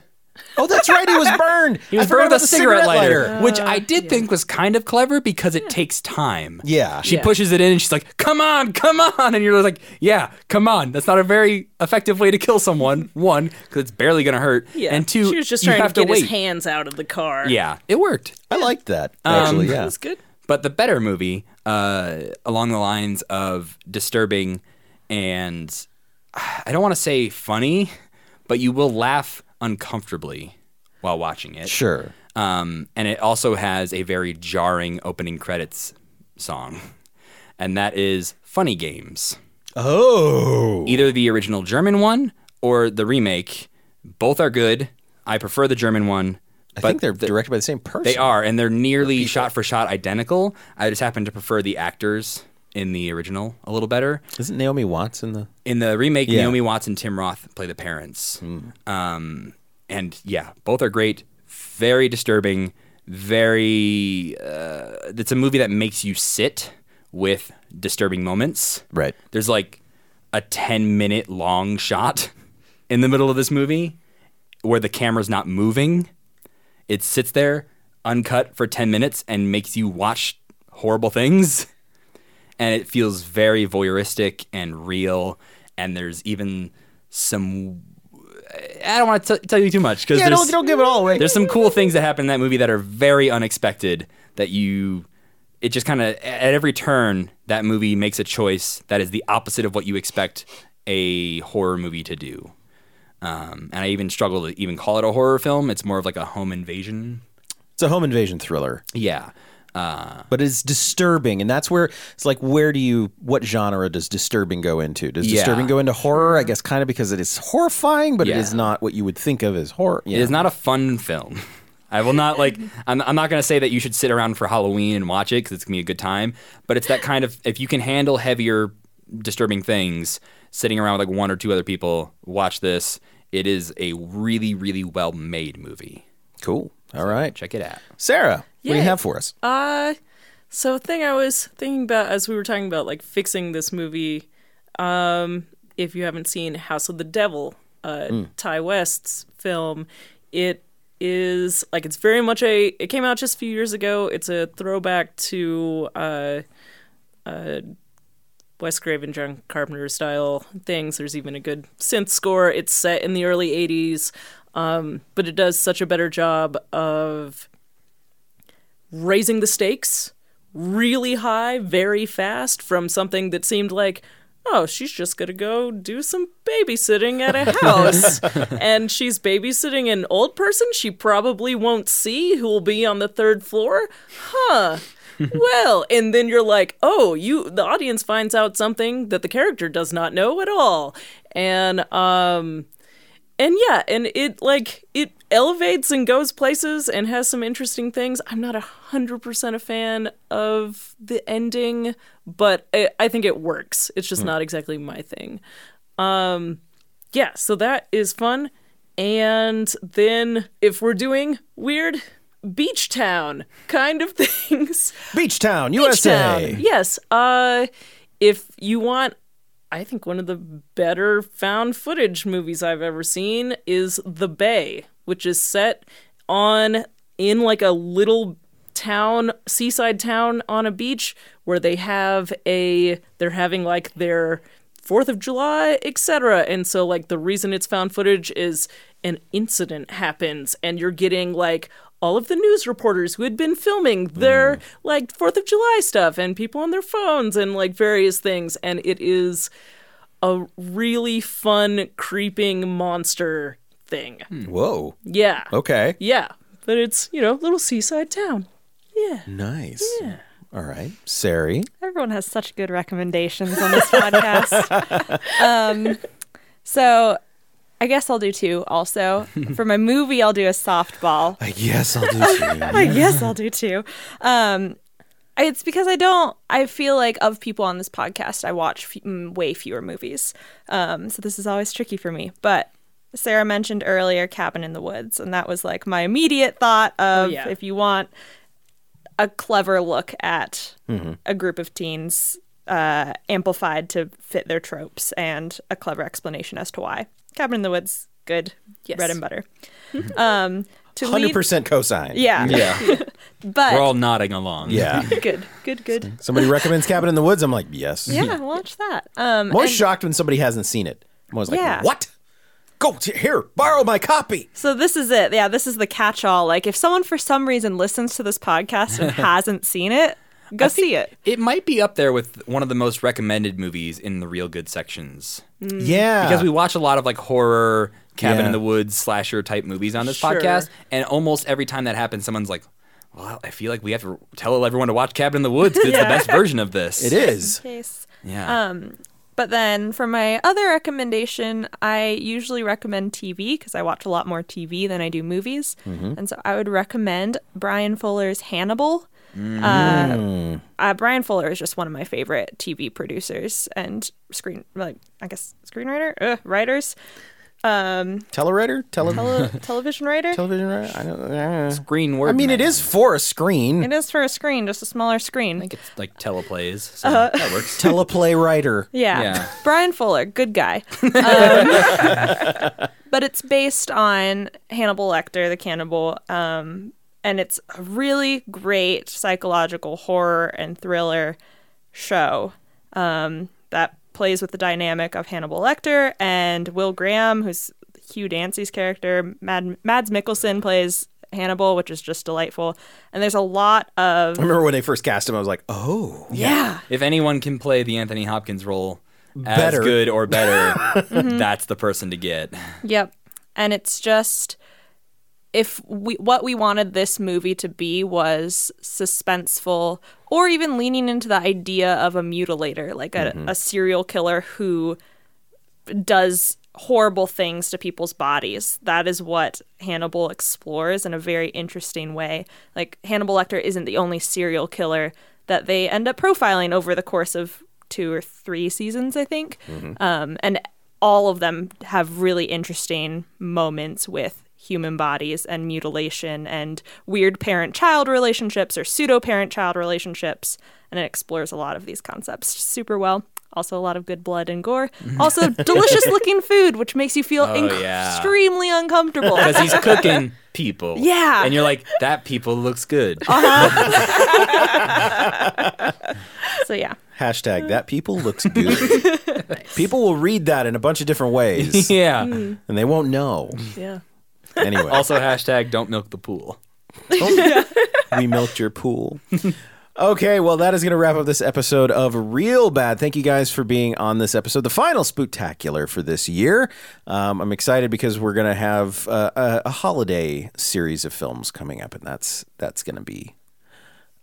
oh, that's right, he was burned. He I was forgot burned about with a the cigarette, lighter, which Uh, I did yeah. think was kind of clever because it takes time. Yeah, She Yeah. pushes it in and she's like, come on, come on. And you're like, yeah, come on. That's not a very effective way to kill someone. One, because it's barely going to hurt. yeah. And two, she was just you trying have to get wait. his hands out of the car. Yeah, Um, it worked. I liked that actually. yeah, That's good. But the better movie, uh, along the lines of disturbing and I don't want to say funny, but you will laugh uncomfortably while watching it. sure. Um, and it also has a very jarring opening credits song, and that is Funny Games. Oh, Either the original German one or the remake. Both are good. I prefer the German one. I but think they're the- directed by the same person. they are, and they're nearly shot for shot identical. I just happen to prefer the actors in the original a little better. Isn't Naomi Watts in the? In the remake, Yeah. Naomi Watts and Tim Roth play the parents. Um, and yeah, both are great. Very disturbing. Very. Uh, it's a movie that makes you sit with disturbing moments. Right. There's like a 10 minute long shot in the middle of this movie where the camera's not moving. It sits there uncut for 10 minutes and makes you watch horrible things. And it feels very voyeuristic and real. And there's even some. I don't want to t- tell you too much because Yeah, there's, don't, don't give it all away. there's some cool things that happen in that movie that are very unexpected that you it just kind of at every turn that movie makes a choice that is the opposite of what you expect a horror movie to do um, and i even struggle to even call it a horror film it's more of like a home invasion It's a home invasion thriller, yeah but it's disturbing, and that's where it's like, where do you? What genre does disturbing go into? Does Yeah. disturbing go into horror? I guess kind of because it is horrifying, but it Yeah. is not what you would think of as horror. Yeah. It is not a fun film. I will not like. I'm, I'm not going to say that you should sit around for Halloween and watch it because it's going to be a good time. But it's that kind of if you can handle heavier, disturbing things, sitting around with like one or two other people, watch this. It is a really, really well made movie. cool. All right, Check it out. Sarah. What do you Yeah. have for us? Uh so a thing I was thinking about as we were talking about like fixing this movie, um, if you haven't seen House of the Devil, uh Ty West's film, it is like it's very much a it came out just a few years ago. It's a throwback to uh Wes Craven, John Carpenter style things. There's even a good synth score. It's set in the early 80s, um, but it does such a better job of raising the stakes really high, very fast from something that seemed like, oh, she's just going to go do some babysitting at a house. and she's babysitting an old person she probably won't see who will be on the third floor. Huh. well, and then you're like, oh, you the audience finds out something that the character does not know at all. And um and yeah, and it like it elevates and goes places and has some interesting things. I'm not a hundred percent a fan of the ending, but I, I think it works. It's just not exactly my thing. Um, yeah, so that is fun. And then if we're doing weird beach town kind of things, Beach Town, USA. Beachtown. Yes. Uh, if you want, I think one of the better found footage movies I've ever seen is The Bay, which is set on in like a little town, seaside town on a beach where they have a they're having like their Fourth of July, etc. And so, like, the reason it's found footage is an incident happens, and you're getting like all of the news reporters who had been filming their like Fourth of July stuff, and people on their phones, and like various things. And it is a really fun, creeping monster thing. Whoa. Yeah. Hmm. Okay. Yeah. but it's you know little seaside town. Yeah. Nice. All right. Sari. Everyone has such good recommendations on this podcast. um, so I guess I'll do two also. For my movie, I'll do a softball. I guess I'll do I guess I'll do two. Um, I- it's because I don't, I feel like of people on this podcast, I watch f- mm, way fewer movies. Um, so this is always tricky for me. But Sarah mentioned earlier Cabin in the Woods, and that was like my immediate thought of Oh, yeah. if you want a clever look at Mm-hmm. a group of teens uh, amplified to fit their tropes and a clever explanation as to why. Cabin in the Woods, good. Yes. Bread and butter. um, to lead- 100% cosine. yeah, Yeah. but We're all nodding along. Yeah. good, good, good. Somebody recommends Cabin in the Woods. I'm like, yes. Yeah, watch that. Um, I'm always and- shocked when somebody hasn't seen it. I'm always like, Yeah. what? Go t- here, borrow my copy. so this is it. Yeah, this is the catch-all. Like, if someone for some reason listens to this podcast and hasn't seen it, go see it. It might be up there with one of the most recommended movies in the real good sections. Mm. Yeah. Because we watch a lot of like horror, cabin Ah. Yeah. in the woods, slasher type movies on this Sure. podcast. And almost every time that happens, someone's like, well, I feel like we have to tell everyone to watch Cabin in the Woods 'cause it's the best version of this. it is. Um, Case. Yeah. But then for my other recommendation, I usually recommend TV because I watch a lot more TV than I do movies. Mm-hmm. And so I would recommend Brian Fuller's Hannibal. Mm. Uh, uh, Brian Fuller is just one of my favorite TV producers and screen, like, I guess, screenwriter, uh, writers, um, Telewriter? Tele- tele- television writer. television writer? I don't I don't know. Green word. I mean, it man. is for a screen. it is for a screen, just a smaller screen. I think it's like teleplays. So Uh-huh. that works. Teleplay writer. Yeah. Yeah. Brian Fuller, good guy. Um, but it's based on Hannibal Lecter, the cannibal, um, and it's a really great psychological horror and thriller show um, that plays with the dynamic of Hannibal Lecter and Will Graham, who's Hugh Dancy's character. Mad- Mads Mikkelsen plays Hannibal, which is just delightful. And there's a lot of. I remember when they first cast him, I was like, oh. Oh, yeah. If anyone can play the Anthony Hopkins role as Better. Mm-hmm. good or better, that's the person to get. Yep. And it's just if we what we wanted this movie to be was suspenseful or even leaning into the idea of a mutilator, like a, a serial killer who does horrible things to people's bodies. That is what Hannibal explores in a very interesting way. Like Hannibal Lecter isn't the only serial killer that they end up profiling over the course of two or three seasons, I think. Um, and all of them have really interesting moments with human bodies and mutilation and weird parent-child relationships or pseudo-parent-child relationships and it explores a lot of these concepts super well also a lot of good blood and gore. Also delicious looking food, which makes you feel inc- yeah. extremely uncomfortable. Because he's cooking people. Yeah. And you're like, that people looks good. so yeah, Hashtag that people looks good. People will read that in a bunch of different ways yeah. and they won't know. Yeah. Anyway. Also, hashtag don't milk the pool. we milked your pool. Okay, well, that is going to wrap up this episode of Real Bad. Thank you guys for being on this episode, the final spooktacular for this year. Um, I'm excited because we're going to have uh, a, a holiday series of films coming up, and that's that's going to be,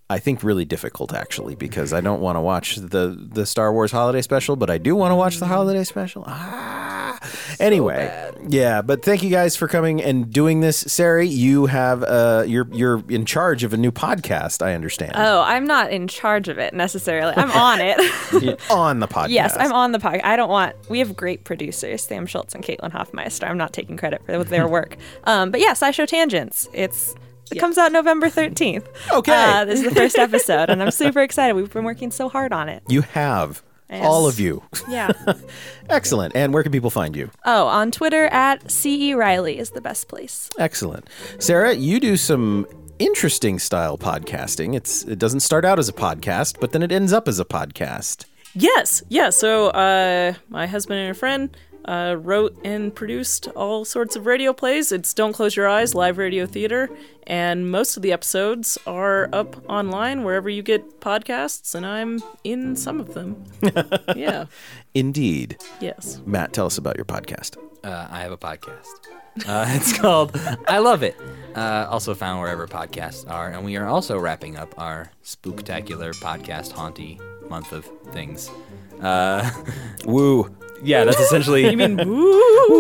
I think, really difficult actually because I don't want to watch the the Star Wars holiday special, but I do want to watch the holiday special. Ah. anyway, yeah, but thank you guys for coming and doing this, Sari. You have uh, you're you're in charge of a new podcast, I understand oh, I'm not in charge of it necessarily. I'm on it. on the podcast. yes, I'm on the podcast. I don't want. We have great producers, Sam Schultz and Caitlin Hoffmeister. I'm not taking credit for their work. Um, but yes, I show tangents. It's. It comes out November 13th. Okay. Uh, this is the first episode, and I'm super excited. We've been working so hard on it. You have all Yes. of you. Yeah. Excellent. And where can people find you? Oh, on Twitter at CE Riley is the best place. Excellent. Sarah, you do some interesting style podcasting. It's it doesn't start out as a podcast, but then it ends up as a podcast. Yes, yeah. So uh, my husband and a friend uh, wrote and produced all sorts of radio plays. It's Don't Close Your Eyes live radio theater, and most of the episodes are up online wherever you get podcasts, and I'm in some of them. yeah. Indeed. Yes. Matt, tell us about your podcast. Uh, I have a podcast. Uh, it's called I Love It. uh, also found wherever podcasts are. And we are also wrapping up our spooktacular podcast haunty month of things. Uh, Woo. yeah, that's essentially. you mean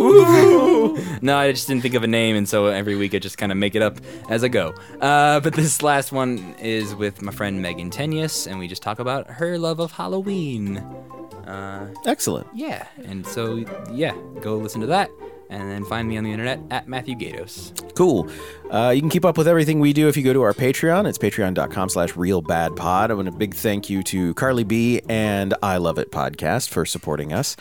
woo? no, I just didn't think of a name, and so every week I just kind of make it up as I go. Uh, but this last one is with my friend Megan Tenius, and we just talk about her love of Halloween. Excellent. Yeah, and so yeah, go listen to that, and then find me on the internet at Matthew Gatos. Cool. Uh, you can keep up with everything we do if you go to our Patreon. It's patreon.com slash realbadpod. I want a big thank you to Carly B and I Love It Podcast for supporting us.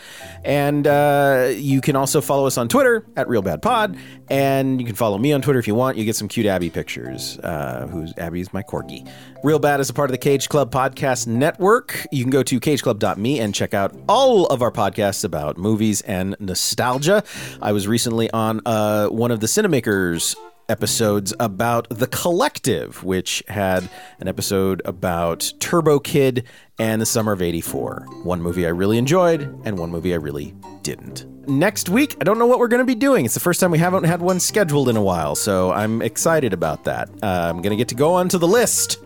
And uh, you can also follow us on Twitter at realbadpod. And you can follow me on Twitter if you want. You get some cute Abby pictures. Uh, who's Abby's my corgi. Real Bad is a part of the Cage Club Podcast Network. You can go to cageclub.me and check out all of our podcasts about movies and nostalgia. I was recently on uh, one of the Cinemakers episodes about The Collective, which had an episode about Turbo Kid and the summer of 84. One movie I really enjoyed, and one movie I really didn't. Next week, I don't know what we're going to be doing. It's the first time we haven't had one scheduled in a while, so I'm excited about that. Uh, I'm going to get to go onto the list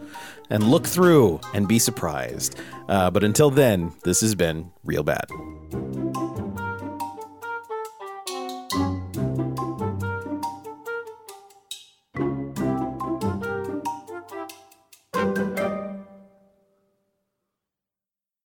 and look through and be surprised. Uh, but until then, this has been Real Bad.